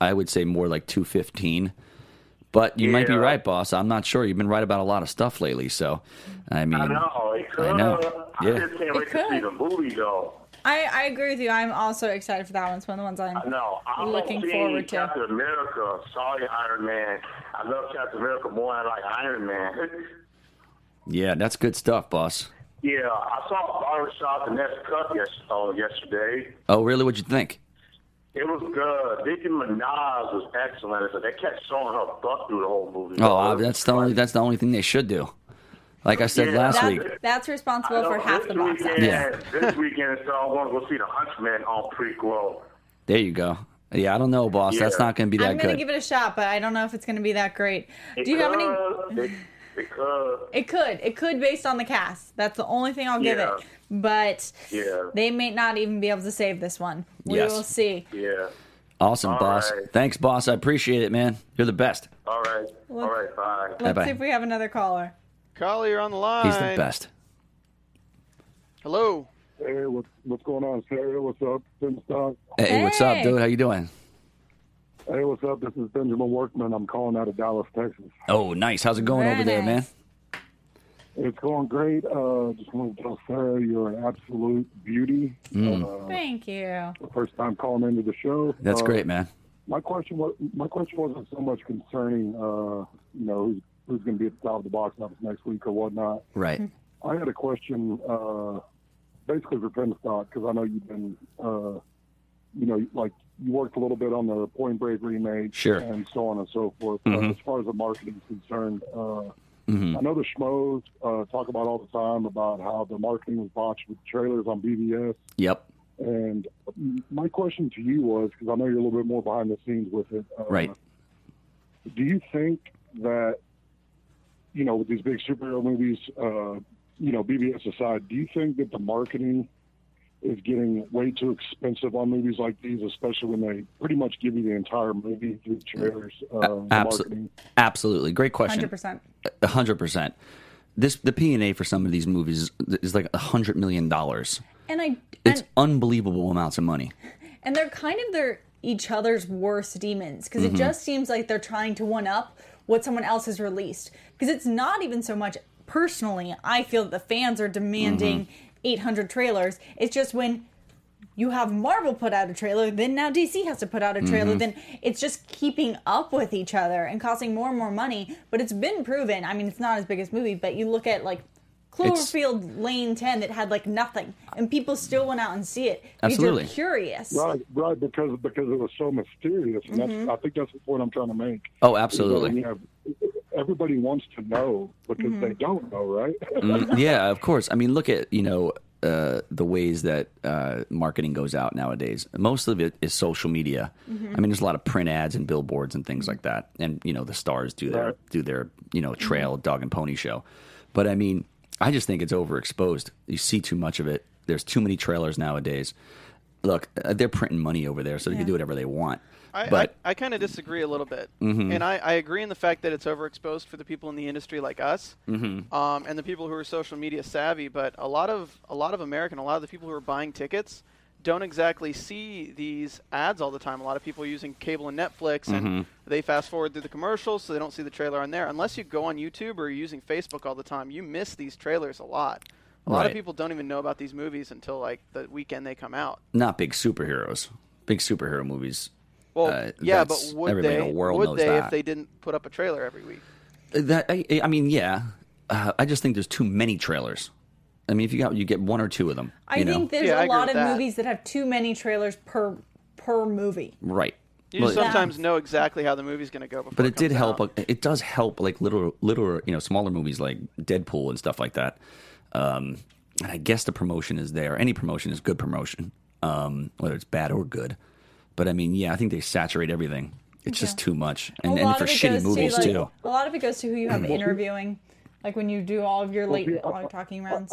Speaker 3: I would say more like 215. But you might be
Speaker 7: Yeah.
Speaker 3: right, boss. I'm not sure. You've been right about a lot of stuff lately, so I mean
Speaker 7: I know. It could.
Speaker 3: Mm. I know.
Speaker 7: I
Speaker 3: Yeah.
Speaker 7: just can't wait to see the movie though.
Speaker 1: I, I agree with you. I'm also excited for that one. It's one of the ones I'm.
Speaker 7: No, I'm
Speaker 1: Looking
Speaker 7: seeing
Speaker 1: forward to.
Speaker 7: Captain America. Sorry, Iron Man. I love Captain America more than I like Iron Man.
Speaker 3: Yeah, that's good stuff, boss.
Speaker 7: yeah, I saw Barbershop and that's Cut yes, oh, yesterday.
Speaker 3: Oh, really? What'd you think?
Speaker 7: It was good. Nicki Minaj was excellent. So they kept showing her butt through the whole movie.
Speaker 3: Oh, uh, that's the only that's the only thing they should do. Like I said
Speaker 7: Yeah.
Speaker 3: last
Speaker 1: That,
Speaker 3: week.
Speaker 1: that's responsible for
Speaker 7: I know,
Speaker 1: half the
Speaker 7: this
Speaker 1: box office.
Speaker 7: weekend,
Speaker 3: Yeah.
Speaker 7: This weekend, so I want to go see the Hunchman on prequel.
Speaker 3: There you go. Yeah, I don't know, boss. That's
Speaker 7: Yeah.
Speaker 3: not going to be that
Speaker 1: I'm gonna
Speaker 3: good.
Speaker 1: give it a shot, but I don't know if it's gonna be that great. Do you have any?
Speaker 7: Because it- Because
Speaker 1: It could. It could based on the cast. That's the only thing I'll give
Speaker 7: Yeah.
Speaker 1: it. But
Speaker 7: Yeah.
Speaker 1: they may not even be able to save this one. We
Speaker 3: Yes.
Speaker 1: will see.
Speaker 7: yeah.
Speaker 3: awesome,
Speaker 7: All
Speaker 3: boss.
Speaker 7: right.
Speaker 3: Thanks, boss. I appreciate it, man. You're the best.
Speaker 7: All right. All right. Bye.
Speaker 1: Let's
Speaker 3: Bye-bye.
Speaker 1: see if we have another caller.
Speaker 4: Carly, you're on the line.
Speaker 3: He's the best.
Speaker 4: Hello.
Speaker 8: Hey, what's, what's going on, Sarah? What's up, Finstock?
Speaker 3: Hey, what's up,
Speaker 1: Hey.
Speaker 3: dude? How you doing?
Speaker 8: Hey, what's up? This is Benjamin Workman. I'm calling out of Dallas, Texas.
Speaker 3: Oh, nice. How's it going
Speaker 1: Very
Speaker 3: over there, man?
Speaker 1: nice.
Speaker 8: It's going great. Uh, just wanted to tell Sarah you're an absolute beauty. Uh,
Speaker 1: Thank you.
Speaker 8: first time calling into the show.
Speaker 3: That's
Speaker 8: Uh,
Speaker 3: great, man.
Speaker 8: My question was my question wasn't so much concerning uh, you know who's, who's going to be at the top of the box office next week or whatnot.
Speaker 1: Hmm.
Speaker 3: Right.
Speaker 8: I had a question, uh, basically for Penstock, because I know you've been, uh, you know, like you worked a little bit on the Point Break remake,
Speaker 3: Sure.
Speaker 8: and so on and so forth. Uh, as far as the marketing is concerned, uh, I know the schmoes uh, talk about all the time about how the marketing was botched with trailers on BBS.
Speaker 3: Yep.
Speaker 8: And my question to you was, because I know you're a little bit more behind the scenes with it, uh,
Speaker 3: Right.
Speaker 8: do you think that you know with these big superhero movies uh, you know bbs aside do you think that the marketing is getting way too expensive on movies like these especially when they pretty much give you the entire movie through trailers uh, and
Speaker 3: Absolutely.
Speaker 8: marketing
Speaker 3: Absolutely. Great question.
Speaker 1: Hundred percent.
Speaker 3: A hundred percent. This the P and A for some of these movies is, is like a hundred million dollars.
Speaker 1: And I
Speaker 3: It's
Speaker 1: and,
Speaker 3: unbelievable amounts of money.
Speaker 1: and they're kind of their each other's worst demons because it just seems like they're trying to one up what someone else has released because it's not even so much personally i feel that the fans are demanding 800 trailers it's just when you have marvel put out a trailer then now dc has to put out a trailer then it's just keeping up with each other and costing more and more money but it's been proven i mean it's not his biggest movie but you look at like Cloverfield Lane 10 that had like nothing, and people still went out and see it. because they're
Speaker 3: Absolutely.
Speaker 1: curious.
Speaker 8: right right because because it was so mysterious and that's i think that's the point i'm trying to make
Speaker 3: Mm-hmm. Oh, absolutely. Mm-hmm.
Speaker 8: You have- everybody wants to know because they don't know right
Speaker 3: Mm, yeah, of course. I mean, look at you know uh, the ways that uh, marketing goes out nowadays. Most of it is social media.
Speaker 4: Mm-hmm.
Speaker 3: I mean, there's a lot of print ads and billboards and things like that. And you know, the stars do their
Speaker 8: Right.
Speaker 3: do their you know
Speaker 4: Mm-hmm.
Speaker 3: trail dog and pony show. But I mean, I just think it's overexposed. You see too much of it. There's too many trailers nowadays. Look, uh, they're printing money over there, so they can do whatever they want.
Speaker 4: I,
Speaker 3: but Mm-hmm.
Speaker 4: I, I kind of disagree a little bit, and I, I agree in the fact that it's overexposed for the people in the industry like us,
Speaker 3: Mm-hmm.
Speaker 4: um, and the people who are social media savvy. But a lot of a lot of American, a lot of the people who are buying tickets don't exactly see these ads all the time. A lot of people are using cable and Netflix, and
Speaker 3: Mm-hmm.
Speaker 4: they fast forward through the commercials, so they don't see the trailer on there. Unless you go on YouTube or you're using Facebook all the time, you miss these trailers a lot. A lot
Speaker 3: Right.
Speaker 4: of people don't even know about these movies until like the weekend they come out.
Speaker 3: not big superheroes. Big superhero movies.
Speaker 4: Well,
Speaker 3: Uh,
Speaker 4: yeah, but
Speaker 3: that's-
Speaker 4: would
Speaker 3: everybody
Speaker 4: they?
Speaker 3: in the world
Speaker 4: would
Speaker 3: knows
Speaker 4: they
Speaker 3: that.
Speaker 4: if they didn't put up a trailer every week?
Speaker 3: That I, I mean, yeah. Uh, I just think there's too many trailers. I mean, if you got you get one or two of them,
Speaker 1: I
Speaker 3: you know?
Speaker 1: think there's
Speaker 4: Yeah, I
Speaker 1: a
Speaker 4: agree
Speaker 1: lot
Speaker 4: with
Speaker 1: of
Speaker 4: that.
Speaker 1: movies that have too many trailers per per movie.
Speaker 3: right.
Speaker 4: You
Speaker 3: Well,
Speaker 4: just sometimes know exactly how the movie's going to go. Before
Speaker 3: but
Speaker 4: it
Speaker 3: it did
Speaker 4: comes
Speaker 3: help.
Speaker 4: out.
Speaker 3: It does help, like little, little, you know, smaller movies like Deadpool and stuff like that. Um, and I guess the promotion is there. Any promotion is good promotion, um, whether it's bad or good. But I mean, yeah, I think they saturate everything. It's just too much, and, and for shitty movies
Speaker 1: like,
Speaker 3: too. Mm.
Speaker 1: A lot of it goes to who you have interviewing, like when you do all of your late all your talking rounds.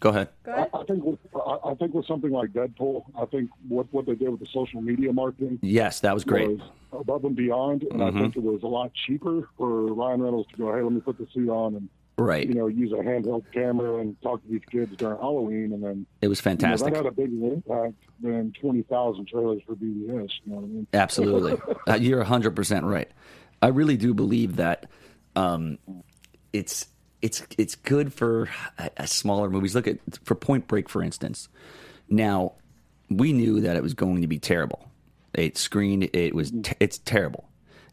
Speaker 3: Go ahead.
Speaker 1: Go ahead.
Speaker 8: I I think with, I I think with something like Deadpool, I think what what they did with the social media marketing
Speaker 3: Yes, that was great. Mm-hmm.
Speaker 8: was above and beyond, and I think it was a lot cheaper for Ryan Reynolds to go, "Hey, let me put the suit on and
Speaker 3: Right.
Speaker 8: you know use a handheld camera and talk to these kids during Halloween," and then
Speaker 3: it was
Speaker 8: you know,
Speaker 3: fantastic.
Speaker 8: that had a bigger impact than twenty thousand trailers for BBS. You know what I mean?
Speaker 3: Absolutely. Uh, You're 100% right. I really do believe that um, it's it's it's good for uh, uh, smaller movies. Look at for Point Break for instance. Now, we knew that it was going to be terrible. It screened. It was. T- it's terrible.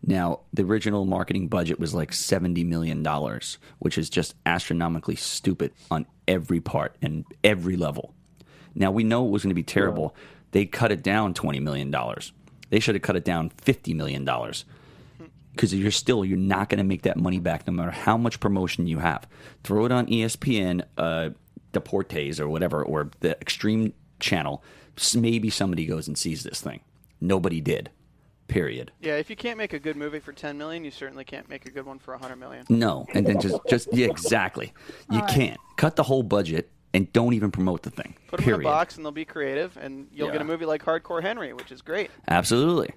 Speaker 3: Now, the original marketing budget was like seventy million dollars, which is just astronomically stupid on every part and every level. Now we know it was going to be terrible. They cut it down twenty million dollars. They should have cut it down fifty million dollars because you're still you're not going to make that money back no matter how much promotion you have. Throw it on E ESPN, uh, Deportes or whatever, or the Extreme Channel. S- Maybe somebody goes and sees this thing. Nobody did. Period.
Speaker 4: Yeah, if you can't make a good movie for 10 million, you certainly can't make a good one for 100 million.
Speaker 3: No, and then just just yeah, exactly. You can't cut the whole budget and don't even promote the thing.
Speaker 4: Put them
Speaker 3: period.
Speaker 4: in a box and they'll be creative, and you'll get
Speaker 3: Yeah.
Speaker 4: a movie like Hardcore Henry, which is great.
Speaker 3: Absolutely.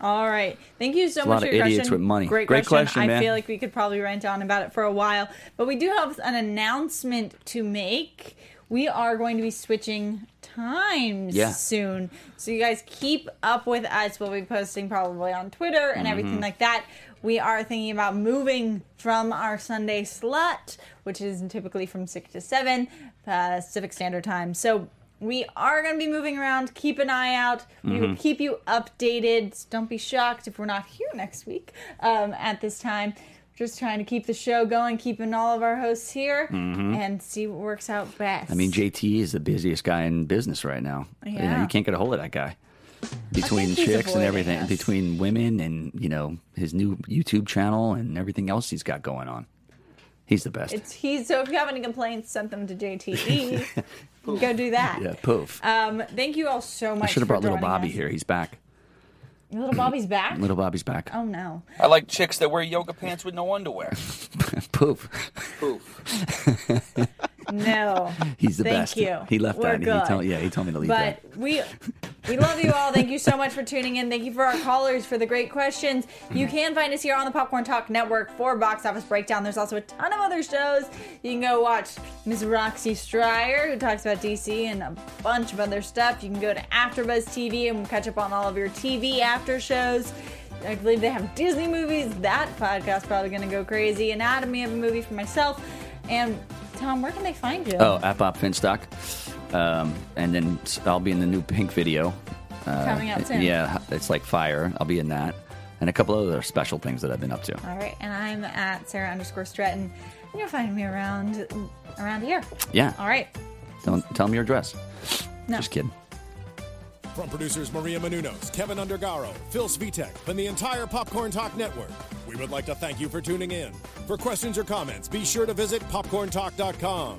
Speaker 1: All right. Thank you so
Speaker 3: a
Speaker 1: much
Speaker 3: lot
Speaker 1: for
Speaker 3: of
Speaker 1: your
Speaker 3: idiots
Speaker 1: question.
Speaker 3: with money.
Speaker 1: Great,
Speaker 3: Great
Speaker 1: question.
Speaker 3: question,
Speaker 1: I
Speaker 3: man.
Speaker 1: feel like we could probably rant on about it for a while, but we do have an announcement to make. We are going to be switching times
Speaker 3: Yeah.
Speaker 1: soon. So you guys keep up with us. We'll be posting probably on Twitter and
Speaker 3: Mm-hmm.
Speaker 1: everything like that. We are thinking about moving from our Sunday slot, which is typically from 6 to 7 Pacific Standard Time. So we are going to be moving around. Keep an eye out. We
Speaker 3: Mm-hmm.
Speaker 1: will keep you updated. So Don't be shocked if we're not here next week um, at this time. Just trying to keep the show going, keeping all of our hosts here, and see what works out best.
Speaker 3: Mm-hmm. I mean, JT is the busiest guy in business right now. You, know,
Speaker 1: Yeah.
Speaker 3: you can't get a hold of that guy.
Speaker 1: think
Speaker 3: Between
Speaker 1: he's
Speaker 3: chicks and
Speaker 1: avoiding
Speaker 3: everything,
Speaker 1: us.
Speaker 3: between women and you know his new YouTube channel and everything else he's got going on, he's the best.
Speaker 1: it's he's so if you have any complaints, send them to JTE. Go do that.
Speaker 3: yeah, poof.
Speaker 1: Um, thank you all so
Speaker 3: I
Speaker 1: much.
Speaker 3: should have
Speaker 1: for
Speaker 3: brought little
Speaker 1: joining
Speaker 3: Bobby
Speaker 1: us.
Speaker 3: here. Hehe's back.
Speaker 1: Little Bobby's back.
Speaker 3: Little Bobby's back.
Speaker 1: Oh no.
Speaker 9: I like chicks that wear yoga pants with no underwear.
Speaker 3: poof.
Speaker 9: Poof.
Speaker 1: No.
Speaker 3: He's the
Speaker 1: Thank
Speaker 3: best.
Speaker 1: you.
Speaker 3: He left
Speaker 1: We're
Speaker 3: that. and He told,
Speaker 1: good.
Speaker 3: yeah, he told me to leave
Speaker 1: But
Speaker 3: that.
Speaker 1: we we love you all. Thank you so much for tuning in. Thank you for our callers for the great questions. You
Speaker 3: Mm-hmm.
Speaker 1: can find us here on the Popcorn Talk Network for Box Office Breakdown. There's also a ton of other shows. You can go watch Miss Roxy Stryer, who talks about DC and a bunch of other stuff. You can go to AfterBuzz TV and catch up on all of your TV after shows. I believe they have Disney movies. That podcast probably going to go crazy. Anatomy of a movie for myself. And Tom, where can they find you?
Speaker 3: Oh, at Bob Finstock, um, and then s- I'll be in the new Pink video. Uh,
Speaker 1: coming out soon.
Speaker 3: Yeah, it's like fire. I'll be in that, and a couple other special things that I've been up to.
Speaker 1: All right, and I'm at Sarah underscore Stratton. And you'll find me around around here.
Speaker 3: Yeah.
Speaker 1: All right.
Speaker 3: Don't tell me your address.
Speaker 1: No.
Speaker 3: Just kidding.
Speaker 2: From producers Maria Menunos, Kevin Undergaro, Phil Svitek, and the entire Popcorn Talk Network, we would like to thank you for tuning in. For questions or comments, be sure to visit popcorntalk.com.